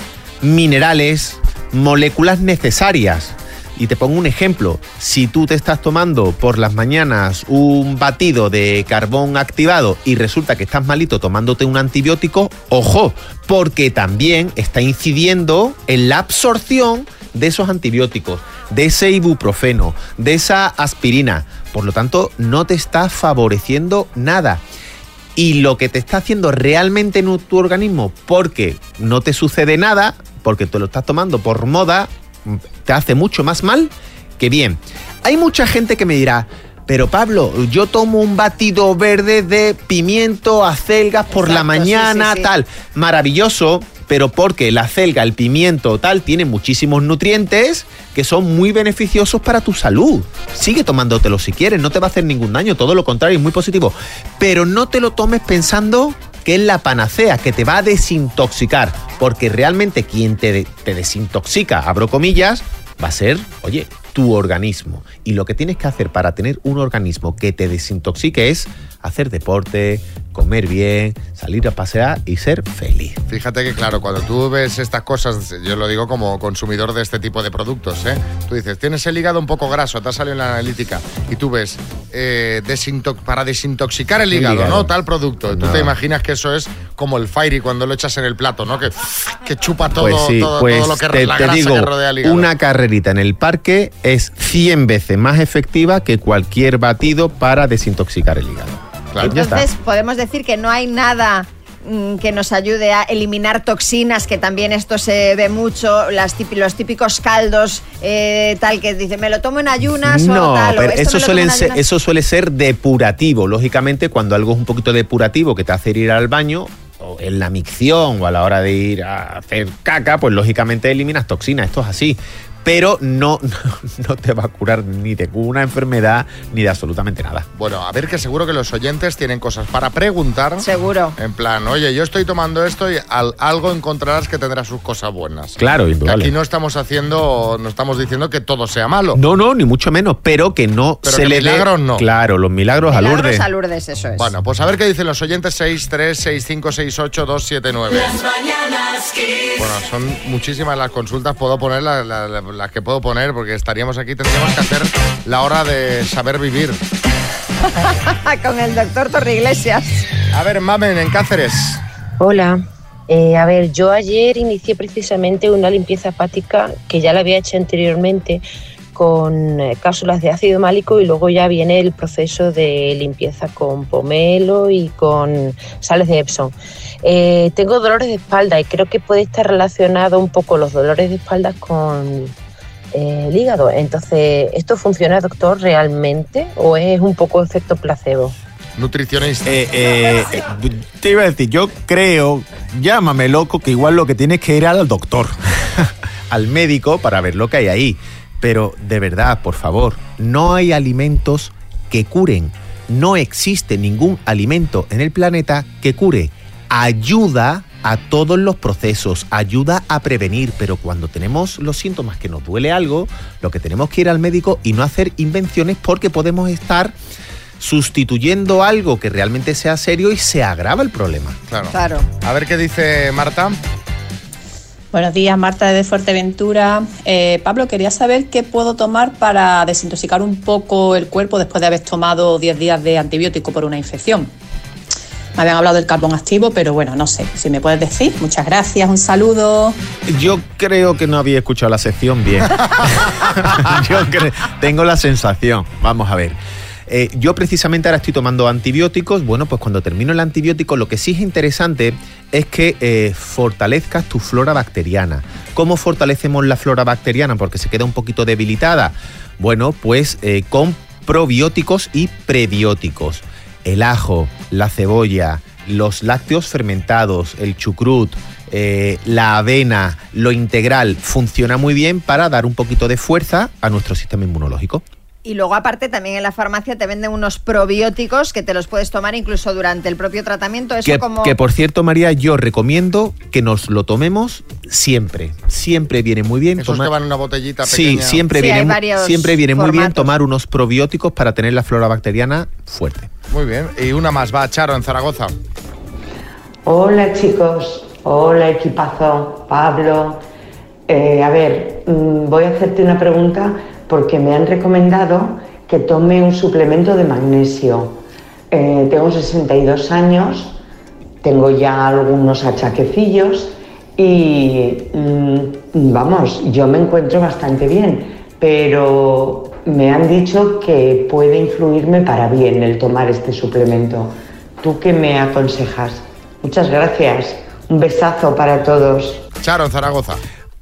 Speaker 23: minerales, moléculas necesarias. Y te pongo un ejemplo, si tú te estás tomando por las mañanas un batido de carbón activado y resulta que estás malito tomándote un antibiótico, ojo, porque también está incidiendo en la absorción de esos antibióticos, de ese ibuprofeno, de esa aspirina. Por lo tanto, no te está favoreciendo nada. y lo que te está haciendo realmente en tu organismo porque no te sucede nada, porque te lo estás tomando por moda, te hace mucho más mal que bien. Hay mucha gente que me dirá, pero Pablo, yo tomo un batido verde de pimiento, acelgas por la
Speaker 2: Exacto, sí,
Speaker 23: mañana,
Speaker 2: sí, sí.
Speaker 23: tal. Maravilloso, pero porque la acelga, el pimiento, tal, tiene muchísimos nutrientes que son muy beneficiosos para tu salud. Sigue tomándotelo si quieres, no te va a hacer ningún daño, todo lo contrario, es muy positivo. Pero no te lo tomes pensando que es la panacea, que te va a desintoxicar, porque realmente quien te, de- te desintoxica, abro comillas, va a ser, oye, tu organismo. Y lo que tienes que hacer para tener un organismo que te desintoxique es hacer deporte, comer bien, salir a pasear y ser feliz.
Speaker 3: Fíjate que, claro, cuando tú ves estas cosas, yo lo digo como consumidor de este tipo de productos, ¿eh? Tú dices, tienes el hígado un poco graso, te ha salido en la analítica, y tú ves, eh, desintox- para desintoxicar el
Speaker 23: El
Speaker 3: hígado,
Speaker 23: hígado.
Speaker 3: ¿no? Tal producto. Tú
Speaker 23: No.
Speaker 3: te imaginas que eso es como el Fairy cuando lo echas en el plato, ¿no? Que, que chupa todo,
Speaker 23: pues sí,
Speaker 3: todo,
Speaker 23: pues
Speaker 3: todo lo que
Speaker 23: te,
Speaker 3: la
Speaker 23: te
Speaker 3: grasa
Speaker 23: digo,
Speaker 3: que rodea el hígado.
Speaker 23: una carrerita en el parque es 100 veces más efectiva que cualquier batido para desintoxicar el hígado. Ya está.
Speaker 5: Entonces podemos decir que no hay nada mm, que nos ayude a eliminar toxinas, que también esto se ve mucho, las típ- los típicos caldos, eh, tal que dice, me lo tomo en ayunas o
Speaker 23: No,
Speaker 5: tal. o
Speaker 23: pero
Speaker 5: esto
Speaker 23: eso,
Speaker 5: me lo tomo
Speaker 23: suelen
Speaker 5: en
Speaker 23: ser-
Speaker 5: ayunas.
Speaker 23: eso suele ser depurativo. Lógicamente, cuando algo es un poquito depurativo que te hace ir al baño, o en la micción o a la hora de ir a hacer caca, pues lógicamente eliminas toxinas. Esto es así. Pero no, no, te va a curar ni de una enfermedad ni de absolutamente nada.
Speaker 3: Bueno, a ver que seguro que los oyentes tienen cosas para preguntar.
Speaker 5: Seguro.
Speaker 3: En plan, oye, yo estoy tomando esto y al- algo encontrarás que tendrá sus cosas buenas.
Speaker 23: Claro,
Speaker 3: Que
Speaker 23: indudable.
Speaker 3: Aquí no estamos haciendo, no estamos diciendo que todo sea malo.
Speaker 23: No, no, ni mucho menos, pero que no
Speaker 3: Pero
Speaker 23: se
Speaker 3: que
Speaker 23: le dé-
Speaker 3: milagros no.
Speaker 23: Claro, los milagros,
Speaker 5: Milagros
Speaker 23: a Lourdes.
Speaker 5: a Lourdes, eso es.
Speaker 3: Bueno, pues a ver qué dicen los oyentes 636568279.
Speaker 1: Mañanas Kiss.
Speaker 3: Bueno, son muchísimas las consultas, puedo poner la- la- la- las que puedo poner porque estaríamos aquí, tendríamos que hacer la hora de saber vivir.
Speaker 5: Con el doctor Torriglesias.
Speaker 3: A ver, mamen, en Cáceres.
Speaker 9: Hola. Eh, a ver, yo ayer inicié precisamente una limpieza hepática que ya la había hecho anteriormente con eh, cápsulas de ácido málico y luego ya viene el proceso de limpieza con pomelo y con sales de Epsom. Eh, tengo dolores de espalda y creo que puede estar relacionado un poco los dolores de espalda con eh, el hígado. Entonces, ¿esto funciona, doctor, realmente o es un poco efecto placebo?
Speaker 3: Nutricionista.
Speaker 23: Eh,
Speaker 18: te iba a decir, yo creo, llámame loco, que igual lo que tienes que ir al doctor.
Speaker 23: al médico para ver lo que hay ahí. Pero de verdad, por favor, no hay alimentos que curen. No existe ningún alimento en el planeta que cure. Ayuda a todos los procesos, ayuda a prevenir, pero cuando tenemos los síntomas que nos duele algo, lo que tenemos que ir al médico y no hacer invenciones porque podemos estar sustituyendo algo que realmente sea serio y se agrava el problema.
Speaker 3: Claro.
Speaker 9: Claro.
Speaker 3: A ver qué dice Marta.
Speaker 10: Buenos días, Marta de Fuerteventura. Eh, Pablo, quería saber qué puedo tomar para desintoxicar un poco el cuerpo después de haber tomado 10 días de antibiótico por una infección. Me habían hablado del carbón activo, pero bueno, no sé. Si me puedes decir, muchas gracias, un saludo.
Speaker 23: Yo creo que no había escuchado la sección bien. yo cre- tengo la sensación. Vamos a ver. Eh, yo precisamente ahora estoy tomando antibióticos. Bueno, pues cuando termino el antibiótico, lo que sí es interesante es que eh, fortalezcas tu flora bacteriana. ¿Cómo fortalecemos la flora bacteriana? Porque se queda un poquito debilitada. Bueno, pues eh, con probióticos y prebióticos. El ajo, la cebolla, los lácteos fermentados, el chucrut, eh, la avena, lo integral, funciona muy bien para dar un poquito de fuerza a nuestro sistema inmunológico.
Speaker 5: Y luego aparte también en la farmacia te venden unos probióticos que te los puedes tomar incluso durante el propio tratamiento. Eso
Speaker 23: Que,
Speaker 5: como...
Speaker 23: que, por cierto, María, yo recomiendo que nos lo tomemos siempre. Siempre viene muy bien.
Speaker 3: Esos
Speaker 23: tomar-
Speaker 3: que van en una botellita
Speaker 23: Sí,
Speaker 3: pequeña.
Speaker 23: siempre viene, mu- siempre viene muy bien tomar unos probióticos para tener la flora bacteriana fuerte.
Speaker 3: Muy bien. Y una más va, Charo, en Zaragoza.
Speaker 24: Hola chicos, hola equipazo, Pablo. Eh, a ver, mm, voy a hacerte una pregunta porque me han recomendado que tome un suplemento de magnesio. Eh, tengo 62 años, tengo ya algunos achaquecillos y mm, vamos, yo me encuentro bastante bien, pero me han dicho que puede influirme para bien el tomar este suplemento. tú que me aconsejas. Muchas gracias. Un besazo para todos.
Speaker 3: Charo, en Zaragoza.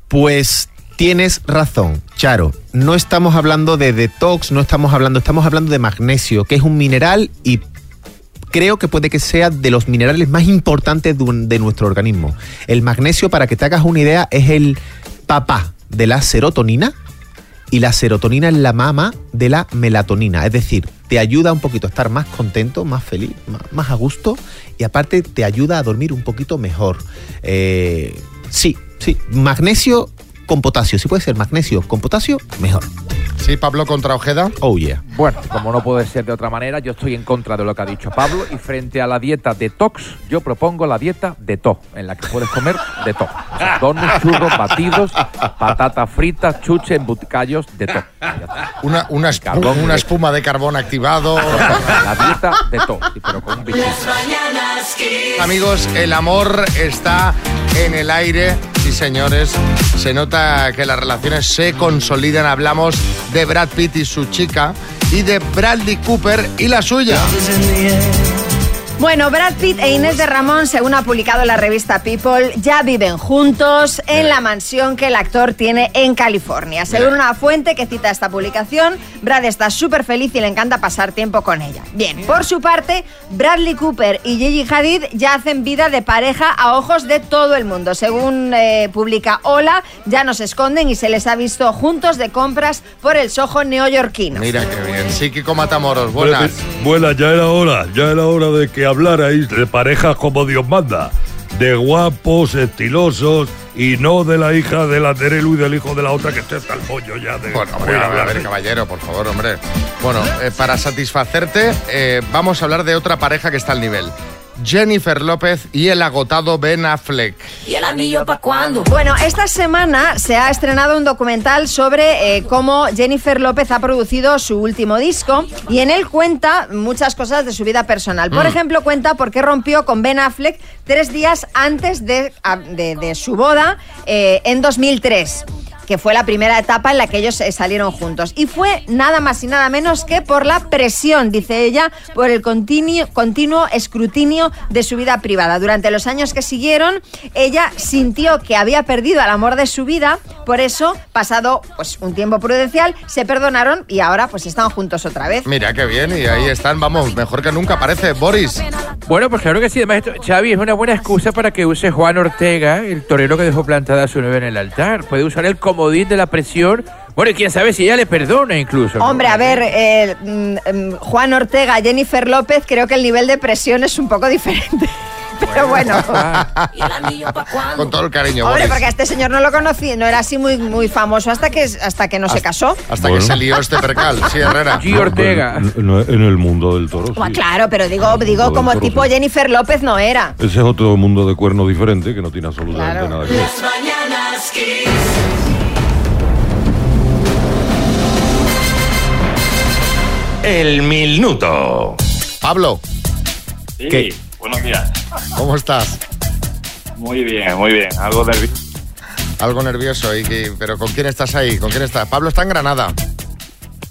Speaker 23: Pues tienes razón, Charo. No estamos hablando de detox, no estamos hablando, estamos hablando de magnesio, que es un mineral y creo que puede que sea de los minerales más importantes de, un- de nuestro organismo. El magnesio, para que te hagas una idea, es el papá de la serotonina y la serotonina es la mamá de la melatonina. Es decir, te ayuda un poquito a estar más contento, más feliz, ma- más a gusto y aparte te ayuda a dormir un poquito mejor. Eh, sí, sí, magnesio con potasio. Si puede ser magnesio con potasio, mejor.
Speaker 3: Sí, Pablo contra Ojeda.
Speaker 23: Oh yeah.
Speaker 16: Bueno, como no puede ser de otra manera, yo estoy en contra de lo que ha dicho Pablo y frente a la dieta detox, yo propongo la dieta de to, en la que puedes comer de todo. O sea, donuts, churros, batidos, patatas fritas, chuches, embutidos, de todo. eh.
Speaker 3: Una, una, espu- una espuma de carbón activado.
Speaker 16: La dieta de todo, pero con un bichito.
Speaker 1: mañanas Kiss.
Speaker 3: Amigos, el amor está en el aire. Sí, señores, se nota que las relaciones se consolidan. Hablamos de Brad Pitt y su chica y de Bradley Cooper y la suya.
Speaker 5: Bueno, Brad Pitt e Inés de Ramón, según ha publicado la revista People, ya viven juntos en la mansión que el actor tiene en California. Según una fuente que cita esta publicación, Brad está súper feliz y le encanta pasar tiempo con ella. Bien, por su parte, Bradley Cooper y Gigi Hadid ya hacen vida de pareja a ojos de todo el mundo. Según eh, publica Hola, ya no se esconden y se les ha visto juntos de compras por el sojo neoyorquino.
Speaker 3: Mira qué bien. Psíquico Matamoros, buenas.
Speaker 2: Buenas, ya era hora, ya era hora de que hablarais de parejas como Dios manda, de guapos, estilosos y no de la hija de la Terelu y del hijo de la otra que esté hasta el pollo ya de.
Speaker 3: Bueno, hombre, a ver, a ver, caballero, por favor, hombre. Bueno, eh, para satisfacerte, eh, vamos a hablar de otra pareja que está al nivel. Jennifer López y el agotado Ben Affleck.
Speaker 1: ¿Y el anillo para cuándo?
Speaker 5: Bueno, esta semana se ha estrenado un documental sobre eh, cómo Jennifer López ha producido su último disco y en él cuenta muchas cosas de su vida personal. Por
Speaker 12: Mm.
Speaker 5: ejemplo, cuenta por qué rompió con Ben Affleck tres días antes de, a- de- de su boda eh, en 2003 que fue la primera etapa en la que ellos eh, salieron juntos. Y fue nada más y nada menos que por la presión, dice ella, por el continuo, continuo escrutinio de su vida privada. Durante los años que siguieron, ella sintió que había perdido al amor de su vida, por eso, pasado pues, un tiempo prudencial, se perdonaron y ahora pues están juntos otra vez.
Speaker 3: Mira qué bien, y ahí están, vamos, mejor que nunca parece, Boris.
Speaker 16: Bueno, pues claro que sí. Además, esto, Xavi, es una buena excusa para que use Juan Ortega, el torero que dejó plantada a su novia en el altar. Puede usar el comodín de la presión. Bueno, y quién sabe si ella le perdona incluso. ¿no?
Speaker 5: Hombre, a ver, eh, mm, mm, Juan Ortega, Jennifer López, creo que el nivel de presión es un poco diferente. Pero bueno.
Speaker 3: Con todo el cariño,
Speaker 5: Hombre,
Speaker 3: Boris.
Speaker 5: porque a este señor no lo conocí, no era así muy, muy famoso hasta que, hasta que no se casó.
Speaker 3: Hasta que se lió este percal, sí, Herrera.
Speaker 2: G. Ortega. En el mundo del toro. sí.
Speaker 5: Bueno, claro, pero digo, digo
Speaker 2: Todo
Speaker 5: como
Speaker 2: el
Speaker 5: tipo Jennifer López no era.
Speaker 2: Ese es otro mundo de cuerno diferente que no tiene absolutamente
Speaker 5: Claro.
Speaker 2: nada que ver.
Speaker 1: Mañanas Kiss.
Speaker 6: El minuto.
Speaker 3: Pablo.
Speaker 13: Sí,
Speaker 3: ¿Qué?
Speaker 13: buenos días.
Speaker 3: ¿Cómo estás?
Speaker 13: Muy bien, muy bien. Algo nervioso.
Speaker 3: Algo nervioso, y que- pero ¿con quién estás ahí? ¿Con quién estás? Pablo está en Granada.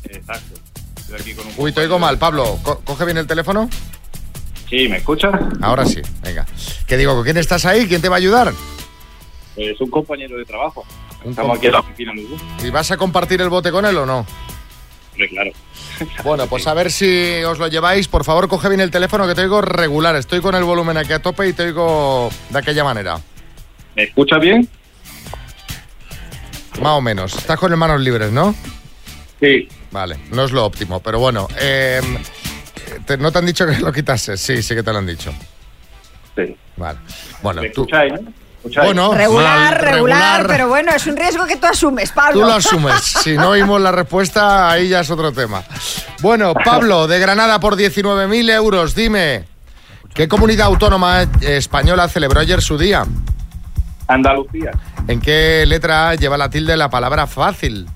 Speaker 13: Exacto. Estoy aquí con un...
Speaker 3: Uy, te oigo mal, Pablo. Co- ¿Coge bien el teléfono?
Speaker 13: Sí, ¿me escuchas?
Speaker 3: Ahora sí, venga. ¿Qué digo? ¿Con quién estás ahí? ¿Quién te va a ayudar?
Speaker 13: Es un compañero de trabajo.
Speaker 3: Un
Speaker 13: Estamos aquí en la oficina los dos.
Speaker 3: ¿Y vas a compartir el bote con él o no?
Speaker 13: Hombre, claro.
Speaker 3: Bueno, pues a ver si os lo lleváis. Por favor, coge bien el teléfono que te oigo regular. Estoy con el volumen aquí a tope y te oigo de aquella manera.
Speaker 13: ¿Me escuchas bien?
Speaker 3: Más o menos. Estás con las manos libres, ¿no?
Speaker 13: Sí.
Speaker 3: Vale, no es lo óptimo, pero bueno. eh, te- ¿No te han dicho que lo quitases? Sí, sí que te lo han dicho.
Speaker 13: Sí.
Speaker 3: Vale. Bueno,
Speaker 13: ¿Me
Speaker 3: tú-
Speaker 13: escucháis? no? ¿Escucháis?
Speaker 3: Bueno,
Speaker 5: Regular,
Speaker 3: mal,
Speaker 5: regular, pero bueno, es un riesgo que tú asumes,
Speaker 3: Tú
Speaker 5: Pablo.
Speaker 3: lo asumes. Si no oímos la respuesta, ahí ya es otro tema. Bueno, Pablo, de Granada por 19.000 euros, dime, ¿qué comunidad autónoma eh, española celebró ayer su día?
Speaker 13: Andalucía.
Speaker 3: ¿En qué letra lleva la tilde la palabra fácil?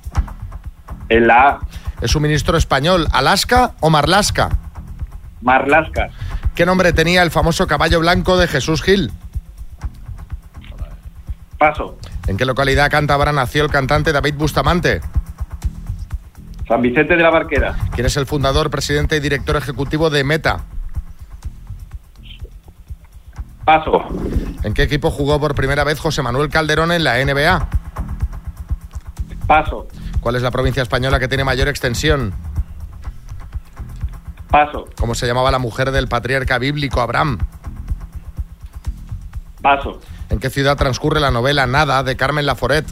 Speaker 13: En la A.
Speaker 3: ¿Es un ministro español, Alaska o Marlaska?
Speaker 13: Marlaska.
Speaker 3: ¿Qué nombre tenía el famoso caballo blanco de Jesús Gil?
Speaker 13: Paso.
Speaker 3: ¿En qué localidad cántabra nació el cantante David Bustamante?
Speaker 13: San Vicente de la Barquera.
Speaker 3: ¿Quién es el fundador, presidente y director ejecutivo de Meta?
Speaker 13: Paso.
Speaker 3: ¿En qué equipo jugó por primera vez José Manuel Calderón en la NBA?
Speaker 13: Paso.
Speaker 3: ¿Cuál es la provincia española que tiene mayor extensión?
Speaker 13: Paso.
Speaker 3: ¿Cómo se llamaba la mujer del patriarca bíblico Abraham?
Speaker 13: Paso.
Speaker 3: ¿En qué ciudad transcurre la novela Nada de Carmen Laforet?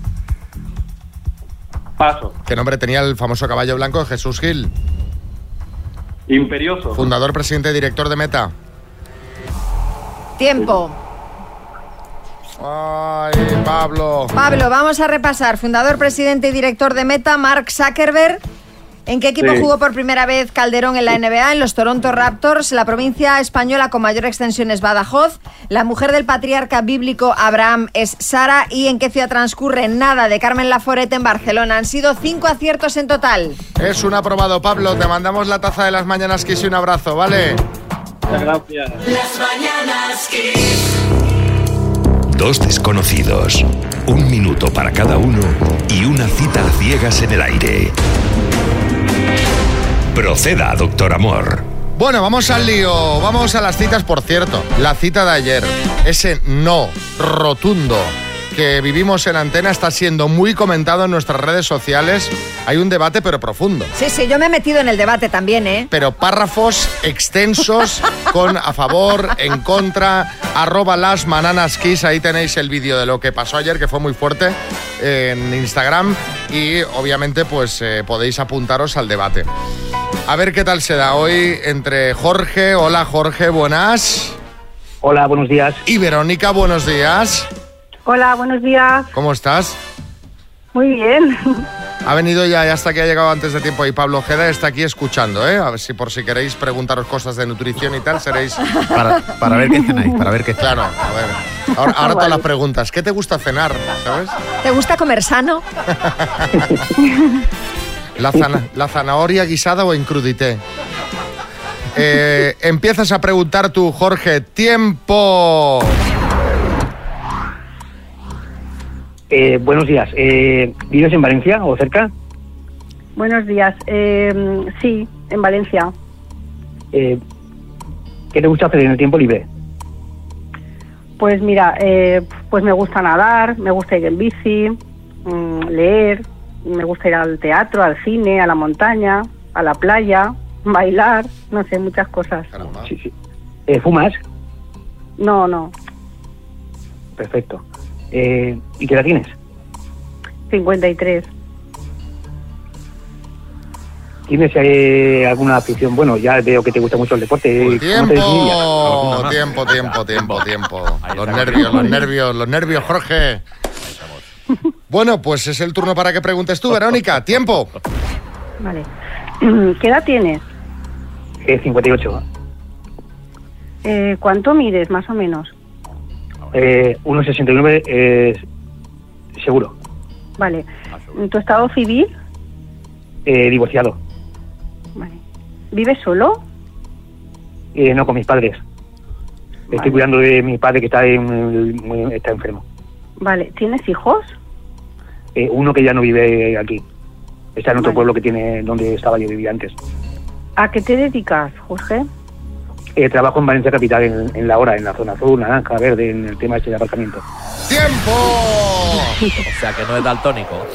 Speaker 13: Paso.
Speaker 3: ¿Qué nombre tenía el famoso caballo blanco de Jesús Gil?
Speaker 13: Imperioso.
Speaker 3: Fundador, presidente y director de Meta.
Speaker 5: Tiempo.
Speaker 3: Ay, Pablo.
Speaker 5: Pablo, vamos a repasar. Fundador, presidente y director de Meta, Mark Zuckerberg. ¿En qué equipo
Speaker 3: Sí.
Speaker 5: jugó por primera vez Calderón en la NBA? En los Toronto Raptors. La provincia española con mayor extensión es Badajoz. La mujer del patriarca bíblico Abraham es Sara. ¿Y en qué ciudad transcurre nada de Carmen Laforet en Barcelona? Han sido cinco aciertos en total.
Speaker 3: Es un aprobado, Pablo. Te mandamos la taza de las mañanas Kiss y un abrazo, ¿vale?
Speaker 13: Muchas gracias.
Speaker 1: Las mañanas Kiss.
Speaker 11: Dos desconocidos, un minuto para cada uno y una cita a ciegas en el aire. Proceda, doctor amor.
Speaker 3: Bueno, vamos al lío. Vamos a las citas, por cierto. La cita de ayer, ese no rotundo que vivimos en antena está siendo muy comentado en nuestras redes sociales. Hay un debate, pero profundo.
Speaker 5: Sí, sí, yo me he metido en el debate también, ¿eh?
Speaker 3: Pero párrafos extensos con a favor, en contra, arroba las mananas kiss. Ahí tenéis el vídeo de lo que pasó ayer, que fue muy fuerte eh, en Instagram. Y obviamente, pues eh, podéis apuntaros al debate. A ver qué tal se da hoy entre Jorge. Hola, Jorge, buenas.
Speaker 12: Hola, buenos días.
Speaker 3: Y Verónica, buenos días.
Speaker 14: Hola, buenos días.
Speaker 3: ¿Cómo estás?
Speaker 14: Muy bien.
Speaker 3: Ha venido ya, ya hasta que ha llegado antes de tiempo y Pablo Ojeda está aquí escuchando, ¿eh? A ver si por si queréis preguntaros cosas de nutrición y tal, seréis...
Speaker 23: Para, para ver qué cenáis, para ver qué
Speaker 3: Claro, a ver. Ahora, ahora todas las preguntas. ¿Qué te gusta cenar, sabes?
Speaker 5: ¿Te gusta comer sano?
Speaker 3: ¿La, zana- la zanahoria guisada o en crudité? Eh, empiezas a preguntar tú, Jorge. ¡Tiempo!
Speaker 12: Eh, buenos días. Eh, ¿Vives en Valencia o cerca?
Speaker 14: Buenos días. Eh, sí, en Valencia.
Speaker 12: Eh, ¿Qué te gusta hacer en el tiempo libre?
Speaker 14: Pues mira, eh, pues me gusta nadar, me gusta ir en bici, mm, leer, me gusta ir al teatro, al cine, a la montaña, a la playa, bailar, no sé, muchas cosas.
Speaker 12: Sí, sí. Eh, ¿Fumas?
Speaker 14: No, no,
Speaker 12: Perfecto. Eh, ¿Y qué edad tienes?
Speaker 14: 53.
Speaker 12: ¿Tienes eh, alguna afición? Bueno, ya veo que te gusta mucho el deporte. ¿Cómo te definirías?
Speaker 3: ¡Tiempo! Tiempo, tiempo, tiempo, tiempo. Los nervios, los nervios, los nervios, Jorge. Bueno, pues es el turno para que preguntes tú, Verónica. ¡Tiempo!
Speaker 14: Vale. ¿Qué edad tienes?
Speaker 12: Eh, 58.
Speaker 14: Eh, ¿Cuánto mides, más o menos?
Speaker 12: Eh, 1,69 eh, seguro.
Speaker 14: Vale. ¿Tu estado civil?
Speaker 12: Eh, divorciado.
Speaker 14: ¿Vives solo?
Speaker 12: Eh, no, con mis padres. Estoy cuidando de mi padre que está, en- muy- está enfermo.
Speaker 14: Vale. ¿Tienes hijos?
Speaker 12: Eh, uno que ya no vive aquí. Está en otro pueblo que tiene donde estaba yo vivía antes.
Speaker 14: ¿A qué te dedicas, Jorge?
Speaker 12: Eh, trabajo en Valencia Capital, en, en la hora, en la zona azul, naranja, verde, en el tema este de aparcamiento.
Speaker 16: O sea, que no es daltónico.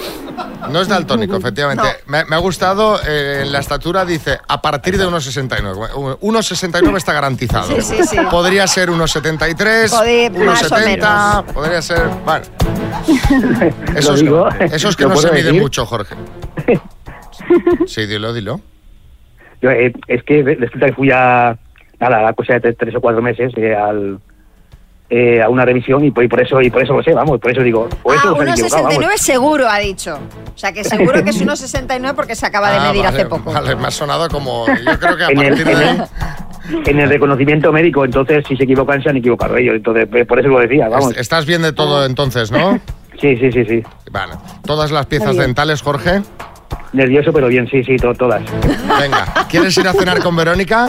Speaker 3: No es daltónico, efectivamente. Me, me ha gustado, eh, en la estatura dice a partir de 1,69. 1,69 está garantizado.
Speaker 5: Sí, sí, sí.
Speaker 3: Podría ser 1,73,
Speaker 5: Podría- más o
Speaker 3: 1,70,
Speaker 5: menos.
Speaker 3: podría ser... Vale.
Speaker 12: Lo
Speaker 3: Esos,
Speaker 12: digo,
Speaker 3: esos que
Speaker 12: ¿lo
Speaker 3: no se
Speaker 12: puedo
Speaker 3: miden
Speaker 12: decir?
Speaker 3: mucho, Jorge. Sí, dilo, dilo.
Speaker 12: Yo, eh, es que re- resulta que fui a, nada, a cosa de tres, tres o cuatro meses eh, al, eh, a una revisión y, por- y por eso y por eso lo sé, vamos, por eso digo, por eso
Speaker 5: Ah,
Speaker 12: os han equivocado, vamos.
Speaker 5: 1,69 seguro, ha dicho. O sea, que seguro que es 1,69 porque se acaba de
Speaker 12: Ah,
Speaker 5: medir
Speaker 12: vale,
Speaker 5: hace poco.
Speaker 3: Vale, me ha sonado como... Pues Yo creo que a
Speaker 12: En el-
Speaker 3: partir de...
Speaker 12: en
Speaker 3: ahí-
Speaker 12: En el reconocimiento médico, entonces si se equivocan se han equivocado ellos, entonces eh, por eso lo decía, vamos.
Speaker 3: Estás bien de todo entonces, ¿no?
Speaker 12: Sí, sí, sí, sí.
Speaker 3: Vale. Todas las piezas
Speaker 12: Muy bien.
Speaker 3: dentales, Jorge.
Speaker 12: Nervioso, pero bien, sí, sí, to- todas.
Speaker 3: Venga, ¿quieres ir a cenar con Verónica?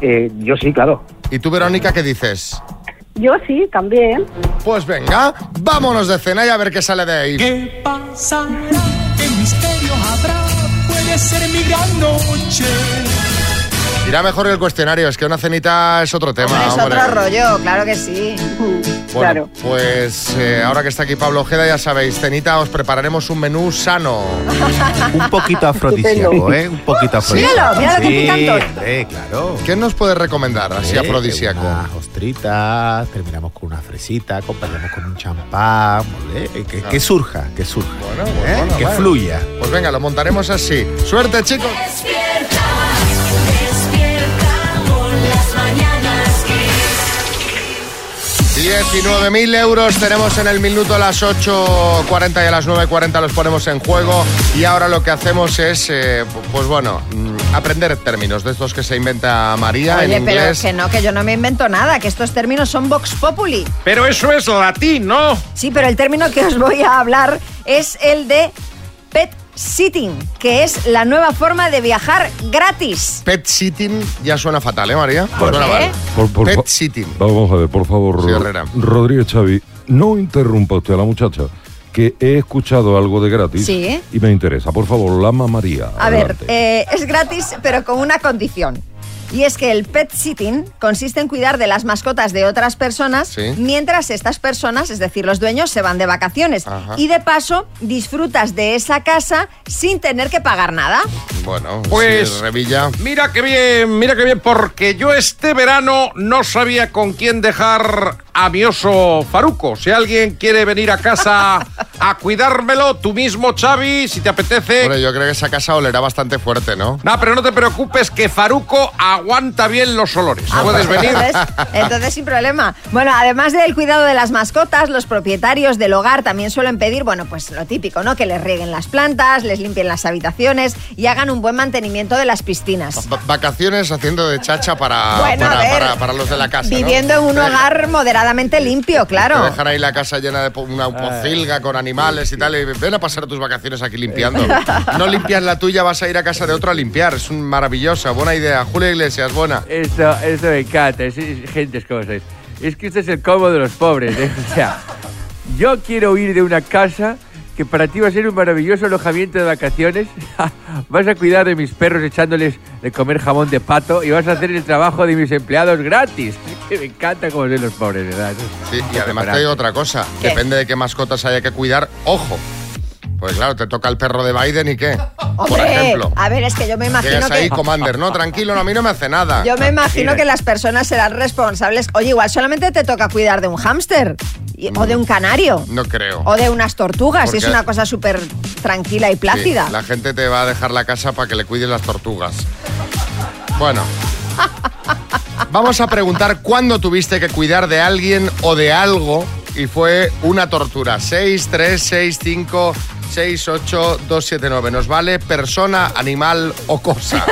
Speaker 12: Eh, yo sí, claro.
Speaker 3: ¿Y tú, Verónica, qué dices?
Speaker 14: Yo sí, también.
Speaker 3: Pues venga, vámonos de cena y a ver qué sale de ahí.
Speaker 1: ¿Qué pasará? ¿Qué misterio habrá? Puede ser mi gran noche.
Speaker 3: Irá mejor que el cuestionario, es que una cenita es otro tema.
Speaker 5: es
Speaker 3: hombre.
Speaker 5: otro rollo, claro que sí.
Speaker 3: Bueno, pues eh, ahora que está aquí Pablo Ojeda, ya sabéis, cenita, os prepararemos un menú sano.
Speaker 23: Un poquito afrodisíaco, ¿eh? Un poquito
Speaker 3: Míralo,
Speaker 23: afrodisíaco.
Speaker 3: míralo qué
Speaker 23: Sí,
Speaker 3: picantón.
Speaker 23: hombre, claro.
Speaker 3: ¿Qué nos puedes recomendar así
Speaker 23: Eh,
Speaker 3: afrodisíaco?
Speaker 23: Unas ostritas, terminamos con una fresita, acompañamos con un champán, ¿vale? Eh, que, que surja, que surja.
Speaker 3: Pues
Speaker 23: ¿eh?
Speaker 3: bueno,
Speaker 23: que
Speaker 3: bueno.
Speaker 23: fluya.
Speaker 3: Pues venga, lo montaremos así. Suerte, chicos.
Speaker 1: Despierta, despierta con las mañanas Kiss.
Speaker 3: 19.000 euros tenemos en el minuto a las 8.40 y a las 9.40 los ponemos en juego y ahora lo que hacemos es, eh, pues bueno, mm, aprender términos de estos que se inventa María
Speaker 5: Oye,
Speaker 3: en
Speaker 5: pero
Speaker 3: inglés.
Speaker 5: que no, que yo no me invento nada, que estos términos son vox populi.
Speaker 3: Pero eso es latín, ¿no?
Speaker 5: Sí, pero el término que os voy a hablar es el de pet sitting, que es la nueva forma de viajar gratis.
Speaker 3: Pet sitting ya suena fatal, ¿eh, María?
Speaker 5: ¿Por
Speaker 3: Suena
Speaker 5: qué?
Speaker 3: mal.
Speaker 2: Por- por
Speaker 3: Pet
Speaker 2: fa-
Speaker 3: sitting.
Speaker 2: Vamos a ver, por favor,
Speaker 3: Sí,
Speaker 2: Ro-
Speaker 3: Herrera.
Speaker 2: Rodríguez Xavi, no interrumpa usted a la muchacha, que he escuchado algo de gratis
Speaker 5: Sí.
Speaker 2: y me interesa. Por favor, la mamaría.
Speaker 5: A ver, eh, es gratis, pero con una condición. Y es que el pet sitting consiste en cuidar de las mascotas de otras personas
Speaker 15: Sí.
Speaker 5: mientras estas personas, es decir, los dueños, se van de vacaciones.
Speaker 3: Ajá.
Speaker 5: Y de paso, disfrutas de esa casa sin tener que pagar nada.
Speaker 3: Bueno,
Speaker 6: Pues-
Speaker 3: sí, Revilla.
Speaker 6: Mira qué bien, mira qué bien, porque yo este verano no sabía con quién dejar a mi oso Faruco. Si alguien quiere venir a casa a cuidármelo, tú mismo, Xavi, si te apetece.
Speaker 3: Bueno, yo creo que esa casa olerá bastante fuerte, ¿no?
Speaker 6: No, pero no te preocupes que Faruco aguanta bien los olores.
Speaker 3: Ah,
Speaker 6: Puedes venir.
Speaker 5: Ah, Entonces, entonces, sin problema. Bueno, además del cuidado de las mascotas, los propietarios del hogar también suelen pedir, bueno, pues lo típico, ¿no? Que les rieguen las plantas, les limpien las habitaciones y hagan un buen mantenimiento de las piscinas.
Speaker 3: Va- Vacaciones haciendo de chacha para,
Speaker 5: Bueno, a
Speaker 3: para,
Speaker 5: ver,
Speaker 3: para- para los de la casa. ¿no?
Speaker 5: Viviendo en un
Speaker 3: Te dejan-
Speaker 5: hogar moderadamente limpio,
Speaker 3: Te
Speaker 5: claro.
Speaker 3: dejan ahí la casa llena de po-
Speaker 17: Eh.
Speaker 3: una pocilga con animales y tal. Y ven a pasar tus vacaciones aquí limpiando. No limpias la tuya, vas a ir a casa de otro a limpiar. Es un maravillosa, buena idea. Julia Iglesias, buena.
Speaker 17: Esto, esto me encanta, es, es- gente, es como sois. Es que este es el combo de los pobres, ¿eh? O sea, yo quiero ir de una casa que para ti va a ser un maravilloso alojamiento de vacaciones. vas a cuidar de mis perros echándoles de comer jamón de pato y vas a hacer el trabajo de mis empleados gratis. Es que me encanta como sois los pobres, ¿verdad?
Speaker 3: Sí, y además te digo otra cosa. Depende de qué mascotas haya que cuidar. Ojo. Pues claro, te toca el perro de Biden y qué. Por
Speaker 5: Hombre,
Speaker 3: ejemplo.
Speaker 5: a ver, es que yo me imagino
Speaker 3: Llegas ahí,
Speaker 5: que...
Speaker 3: Commander, no, tranquilo, no, a mí no me hace nada.
Speaker 5: Yo me imagino que las personas serán responsables. Oye, igual solamente te toca cuidar de un hámster y- o de un canario.
Speaker 3: No creo.
Speaker 5: O de unas tortugas, y es
Speaker 3: Mm. Porque-
Speaker 5: una cosa súper tranquila y plácida.
Speaker 3: Sí, la gente te va a dejar la casa para que le cuides las tortugas. Bueno. Vamos a preguntar cuándo tuviste que cuidar de alguien o de algo y fue una tortura. 6, 3, 6, 5, 6, 8, 2, 7, 9. Nos vale persona, animal o cosa.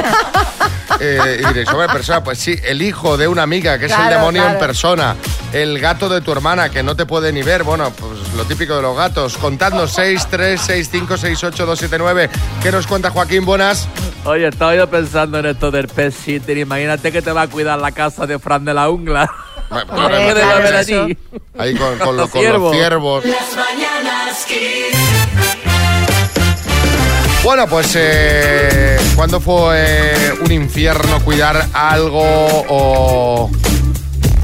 Speaker 3: Eh, y diréis, hombre, persona, pues sí, el hijo de una amiga, que es el
Speaker 19: Claro,
Speaker 3: demonio en
Speaker 19: claro.
Speaker 3: persona. El gato de tu hermana, que no te puede ni ver. Bueno, pues lo típico de los gatos. Contadnos 6, 3, 6, 5, 6, 8, 2, 7, 9. ¿Qué nos cuenta Joaquín? Buenas.
Speaker 16: Oye, estaba yo pensando en esto del pet sitting. Imagínate que te va a cuidar la casa de Fran de la Ungla.
Speaker 1: claro,
Speaker 16: No puedes
Speaker 1: claro,
Speaker 16: volver
Speaker 1: eso.
Speaker 16: allí.
Speaker 3: Ahí con, con lo- con
Speaker 16: Ciervo.
Speaker 3: los ciervos.
Speaker 1: Las mañanas Kiss.
Speaker 3: Bueno, pues eh, ¿cuándo fue eh, un infierno cuidar algo o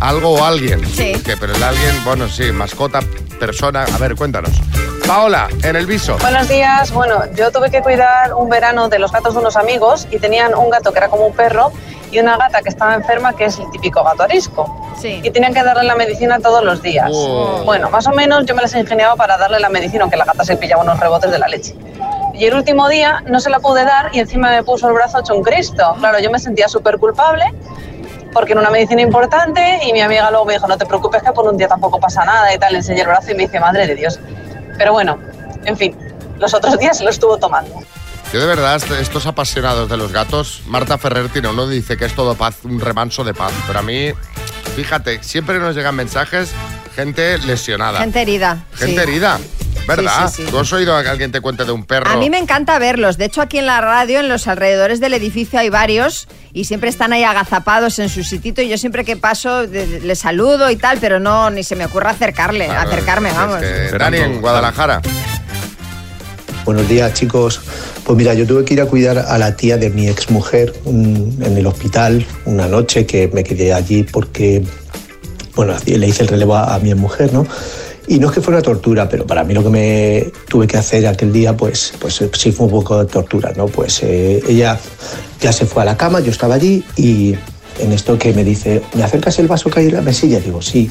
Speaker 3: algo o alguien?
Speaker 5: Sí.
Speaker 3: Que, pero el alguien, bueno, sí, mascota, persona. A ver, cuéntanos. Paola, en el viso.
Speaker 19: Buenos días. Bueno, yo tuve que cuidar un verano de los gatos de unos amigos y tenían un gato que era como un perro y una gata que estaba enferma, que es el típico gato arisco. Y tenían que darle la medicina todos los días.
Speaker 22: Oh.
Speaker 19: Bueno, más o menos yo me las ingeniaba para darle la medicina, aunque la gata se pillaba unos rebotes de la leche. Y el último día no se la pude dar y encima me puso el brazo hecho un Cristo. Claro, yo me sentía súper culpable porque era una medicina importante y mi amiga luego me dijo, no te preocupes que por un día tampoco pasa nada y tal, le enseñé el brazo y me dice, madre de Dios. Pero bueno, en fin, los otros días se lo estuvo tomando.
Speaker 3: Yo de verdad, est- estos apasionados de los gatos, Marta Ferrer tiene uno, dice que es todo paz, un remanso de paz. Pero a mí, fíjate, siempre nos llegan mensajes, gente lesionada.
Speaker 5: Gente herida.
Speaker 3: Gente
Speaker 5: sí.
Speaker 3: herida. ¿Verdad?
Speaker 5: sí, sí.
Speaker 3: ¿Tú has oído a que alguien te cuente de un perro?
Speaker 5: A mí me encanta verlos. De hecho, aquí en la radio, en los alrededores del edificio, hay varios y siempre están ahí agazapados en su sitito. Y yo siempre que paso de- les saludo y tal, pero
Speaker 3: Pues,
Speaker 5: no, ni se me ocurre acercarle, acercarme,
Speaker 3: Es
Speaker 5: vamos.
Speaker 3: que- Dani, en Guadalajara.
Speaker 4: Buenos días, chicos. Pues mira, yo tuve que ir a cuidar a la tía de mi exmujer mm, en el hospital una noche que me quedé allí porque, bueno, le hice el relevo a, a mi exmujer, ¿no? Y no es que fuera una tortura, pero para mí lo que me tuve que hacer aquel día, pues, pues eh, sí fue un poco de tortura, ¿no? Pues eh, ella ya se fue a la cama, yo estaba allí y en esto que me dice, ¿me acercas el vaso que hay en la mesilla? Digo, sí.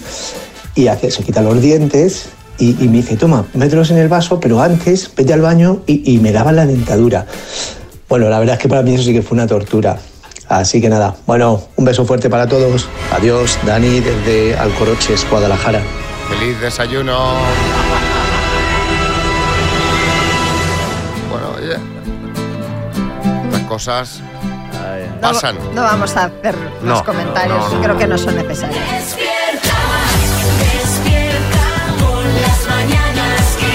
Speaker 4: Y hace, se quita los dientes y, y me dice, toma, mételos en el vaso, pero antes vete al baño y, y me lava la dentadura. Bueno, la verdad es que para mí eso sí que fue una tortura. Así que nada, bueno, un beso fuerte para todos. Adiós, Dani, desde Alcoroches, Guadalajara.
Speaker 3: Feliz desayuno. Bueno, oye. Las cosas pasan.
Speaker 5: No, no vamos a hacer los
Speaker 3: No,
Speaker 5: comentarios,
Speaker 3: no, no,
Speaker 5: creo
Speaker 3: no.
Speaker 5: que no son necesarios.
Speaker 1: Despierta, despierta con las mañanas Kiss.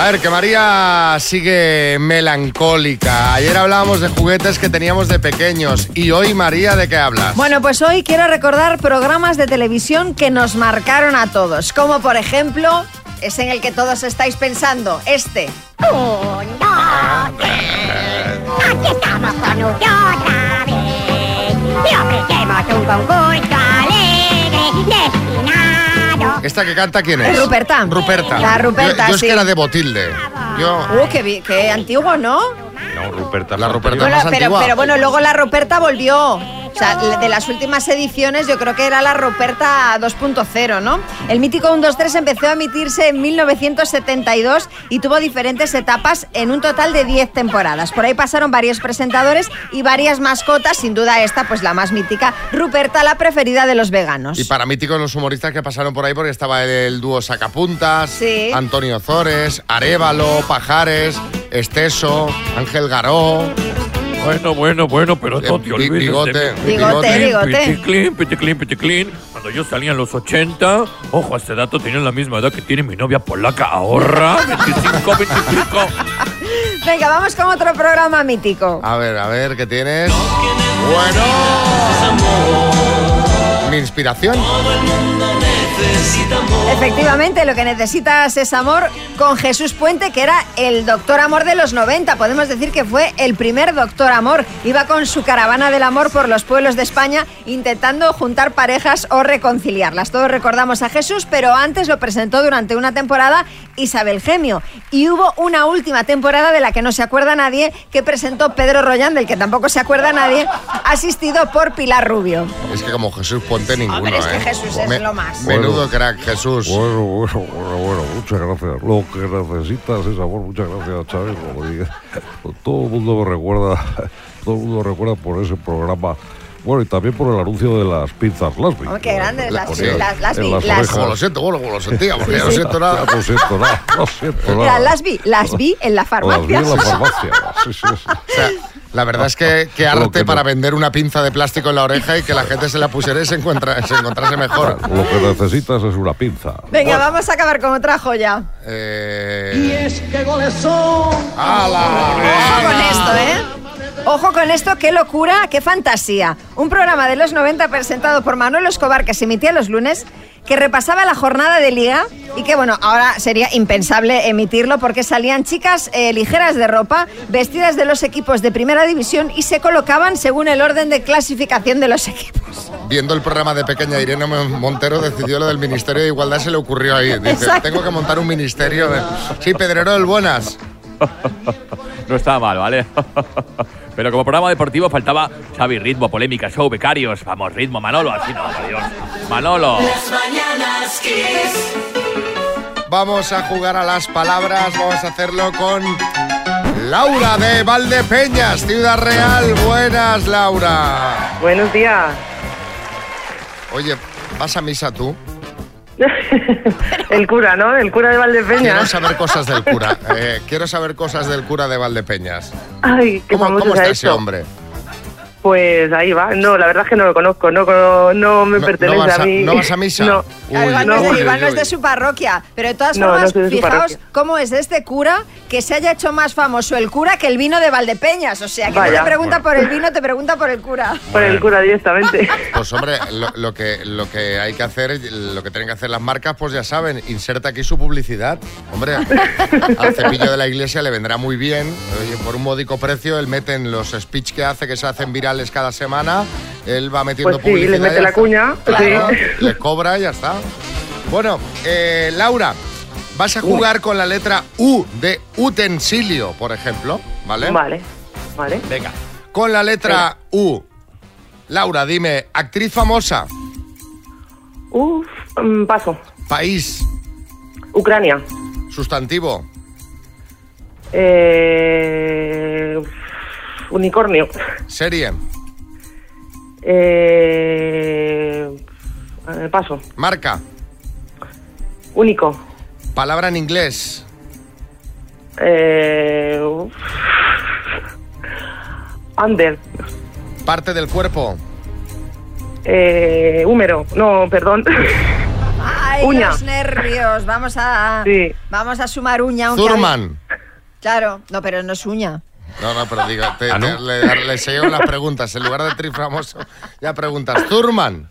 Speaker 3: A ver, que María sigue melancólica. Ayer hablábamos de juguetes que teníamos de pequeños. Y hoy, María, ¿de qué hablas?
Speaker 5: Bueno, pues hoy quiero recordar programas de televisión que nos marcaron a todos, como por ejemplo, es en el que todos estáis pensando, este.
Speaker 1: Aquí estamos con usted otra vez Y ofrecemos un concurso alegre destinado
Speaker 3: ¿Esta que canta quién es?
Speaker 5: Ruperta.
Speaker 3: Ruperta.
Speaker 5: La Ruperta,
Speaker 3: Yo, yo es
Speaker 5: sí.
Speaker 3: que era de Botilde. Yo...
Speaker 5: Uh, qué, vi- qué antiguo, ¿no?
Speaker 6: No, Ruperta.
Speaker 3: La Ruperta
Speaker 5: Bueno,
Speaker 3: más
Speaker 5: pero,
Speaker 3: antigua.
Speaker 5: pero bueno, luego la Ruperta volvió. O sea, la- de las últimas ediciones yo creo que era la Ruperta 2.0, ¿no? El mítico 123 empezó a emitirse en 1972 y tuvo diferentes etapas en un total de 10 temporadas. Por ahí pasaron varios presentadores y varias mascotas, sin duda esta, pues la más mítica, Ruperta, la preferida de los veganos.
Speaker 3: Y para míticos los humoristas que pasaron por ahí porque estaba el dúo Sacapuntas,
Speaker 5: Sí.
Speaker 3: Antonio Zores, Arevalo, Pajares, Esteso, Ángel Garó. Eh,
Speaker 16: Bueno, bueno, bueno, pero no te olvides
Speaker 3: bigote,
Speaker 16: de mí.
Speaker 3: bigote. Bigote, bigote.
Speaker 16: Pichiclín, pichiclín, pichiclín. Cuando yo salía en los 80, ojo, a este dato tienen la misma edad que tiene mi novia polaca ahorra. 25, 25.
Speaker 5: Venga, vamos con otro programa mítico.
Speaker 3: A ver, a ver, ¿qué tienes? Bueno. Mi inspiración.
Speaker 5: Efectivamente, lo que necesitas es amor con Jesús Puente, que era el doctor amor de los 90. Podemos decir que fue el primer doctor amor. Iba con su caravana del amor por los pueblos de España intentando juntar parejas o reconciliarlas. Todos recordamos a Jesús, pero antes lo presentó durante una temporada Isabel Gemio. Y hubo una última temporada de la que no se acuerda nadie, que presentó Pedro Rollán, del que tampoco se acuerda nadie, asistido por Pilar Rubio.
Speaker 3: Es que como Jesús Ponte ninguno,
Speaker 5: Hombre, Ah, es que
Speaker 3: ¿eh?
Speaker 5: Jesús es lo más.
Speaker 3: Menudo crack, Jesús.
Speaker 15: Bueno, bueno, bueno, bueno, muchas gracias. Lo que necesitas es amor, muchas gracias, Chávez Rodríguez. Todo el mundo me recuerda, todo el mundo recuerda por ese programa. Bueno, y también por el anuncio de las pinzas Lasby.
Speaker 5: Hombre, Oh, qué grandes las-
Speaker 15: ponía
Speaker 5: las- las-
Speaker 15: en las
Speaker 5: las-
Speaker 15: orejas.
Speaker 5: Como lo
Speaker 3: siento, bueno, como lo sentía, porque
Speaker 15: Sí,
Speaker 3: ya no
Speaker 15: sí.
Speaker 3: siento nada.
Speaker 15: Ya No siento nada, no siento
Speaker 5: Mira,
Speaker 15: nada.
Speaker 5: las vi, las vi en la
Speaker 15: Las vi
Speaker 5: farmacia.
Speaker 15: en la farmacia. Sí, sí, sí.
Speaker 3: La verdad es que qué
Speaker 15: Lo
Speaker 3: arte
Speaker 15: que no.
Speaker 3: para vender una pinza de plástico en la oreja y que la gente se la pusiera y se, encuentra, se encontrase mejor.
Speaker 15: Lo que necesitas es una pinza.
Speaker 5: Venga, vamos a acabar con otra joya.
Speaker 3: Eh...
Speaker 5: es que golezón.
Speaker 3: ¡Hala!
Speaker 5: Ojo con esto, ¿eh? Ojo con esto, qué locura, qué fantasía. Un programa de los 90 presentado por Manuel Escobar que se emitía los lunes, que repasaba la jornada de liga y que, bueno, ahora sería impensable emitirlo porque salían chicas eh, ligeras de ropa, vestidas de los equipos de primera división y se colocaban según el orden de clasificación de los equipos.
Speaker 3: Viendo el programa de pequeña Irene Montero decidió lo del Ministerio de Igualdad, se le ocurrió ahí. Dice,
Speaker 5: Exacto.
Speaker 3: tengo que montar un ministerio. de-". Sí, Pedrero del Buenas.
Speaker 16: No estaba mal, ¿vale? Pero como programa deportivo faltaba Xavi, ritmo, polémica, show, becarios. Vamos, ritmo, Manolo, así no, por Dios. Manolo.
Speaker 1: Las mañanas Kiss.
Speaker 3: Vamos a jugar a las palabras, vamos a hacerlo con Laura de Valdepeñas, Ciudad Real. Buenas, Laura.
Speaker 21: Buenos días.
Speaker 3: Oye, ¿vas a misa tú?
Speaker 21: El cura, ¿no? El cura de
Speaker 3: Quiero
Speaker 21: Valdepeñas.
Speaker 3: saber cosas del cura. Eh, quiero saber cosas del cura de Valdepeñas.
Speaker 21: Ay, qué
Speaker 3: ¿Cómo,
Speaker 21: famoso
Speaker 3: cómo
Speaker 21: se ha
Speaker 3: está ese
Speaker 21: hecho.
Speaker 3: hombre?
Speaker 24: Pues ahí va. No, la verdad es que no lo conozco. No, cono- no me pertenece
Speaker 3: vas
Speaker 24: a
Speaker 3: a-
Speaker 24: mí.
Speaker 3: no vas a misa?
Speaker 24: No.
Speaker 5: Claro, Iván no, es de, Iván no es de
Speaker 24: uy.
Speaker 5: su parroquia, pero de todas
Speaker 24: No, no
Speaker 5: formas,
Speaker 24: soy de su
Speaker 5: fijaos
Speaker 24: parroquia.
Speaker 5: cómo es este cura que se haya hecho más famoso el cura que el vino de Valdepeñas. O sea, que no
Speaker 3: Vaya.
Speaker 5: te pregunta por el vino, te pregunta por el cura.
Speaker 24: Por el cura directamente.
Speaker 3: Pues hombre, lo, lo que, lo que hay que hacer, lo que tienen que hacer las marcas, pues ya saben, inserta aquí su publicidad. Hombre, al cepillo de la iglesia le vendrá muy bien. Oye, por un módico precio, él mete en los speech que hace, que se hacen virales cada semana, él va metiendo
Speaker 24: Pues sí,
Speaker 3: publicidad.
Speaker 24: le
Speaker 3: y
Speaker 24: mete
Speaker 3: ya
Speaker 24: la
Speaker 3: está.
Speaker 24: cuña.
Speaker 3: Claro,
Speaker 24: Sí.
Speaker 3: Le cobra y ya está. Bueno, eh, Laura, vas a jugar con la letra U de utensilio, por ejemplo, ¿vale?
Speaker 24: Vale, vale.
Speaker 3: Venga. Con la letra U. Laura, dime, actriz famosa.
Speaker 24: Uf, mm, paso.
Speaker 3: País.
Speaker 24: Ucrania.
Speaker 3: Sustantivo.
Speaker 24: Eh, unicornio.
Speaker 3: Serie.
Speaker 24: Eh, eh, paso.
Speaker 3: Marca.
Speaker 24: Único.
Speaker 3: Palabra en inglés.
Speaker 24: Eh, uf. under.
Speaker 3: Parte del cuerpo.
Speaker 24: Eh, húmero. No, perdón.
Speaker 5: Ay,
Speaker 24: Uña.
Speaker 5: los nervios. Vamos a,
Speaker 24: Sí.
Speaker 5: vamos a sumar uña. aunque
Speaker 3: Zurman.
Speaker 5: hay- Claro, no, pero no es uña.
Speaker 3: No, no, pero diga, te-
Speaker 25: ¿Ah, no?
Speaker 3: te- le, le sigo las preguntas. En lugar de actriz famoso, ya preguntas. Zurman.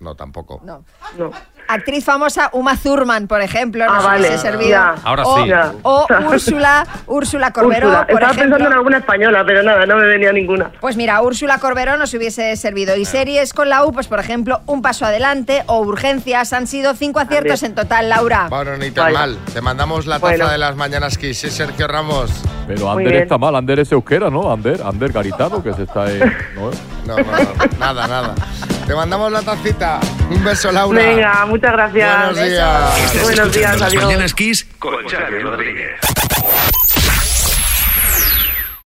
Speaker 3: No, tampoco.
Speaker 5: No.
Speaker 24: No.
Speaker 5: Actriz famosa Uma Zurman, por ejemplo.
Speaker 24: Ah,
Speaker 5: no sé
Speaker 24: vale,
Speaker 5: si os he servido.
Speaker 24: ya. Ahora
Speaker 5: o,
Speaker 24: sí. Ya.
Speaker 5: O Úrsula, Úrsula Corberó,
Speaker 24: Úrsula.
Speaker 5: por
Speaker 24: Estaba
Speaker 5: ejemplo.
Speaker 24: pensando en alguna española, pero nada, no me venía ninguna.
Speaker 5: Pues mira, Úrsula Corberó nos hubiese servido. Y series con la U, pues por ejemplo, Un Paso Adelante o Urgencias han sido cinco aciertos en total, Laura.
Speaker 3: Bueno, ni tan
Speaker 5: Vaya.
Speaker 3: mal. Te mandamos la taza de las mañanas Kiss, sí, Sergio Ramos.
Speaker 16: Pero
Speaker 3: Muy
Speaker 16: Ander
Speaker 3: bien.
Speaker 16: está mal, Ander es euskera, ¿no? Ander, Ander Garitano, que se está en... ¿no?
Speaker 3: No, no, no, nada, nada. Te mandamos la tacita. Un beso, Laura.
Speaker 24: Venga, muchas gracias.
Speaker 3: Buenos días.
Speaker 24: Buenos días,
Speaker 19: Las
Speaker 24: adiós.
Speaker 19: mañanas Kiss con Xavi Rodríguez.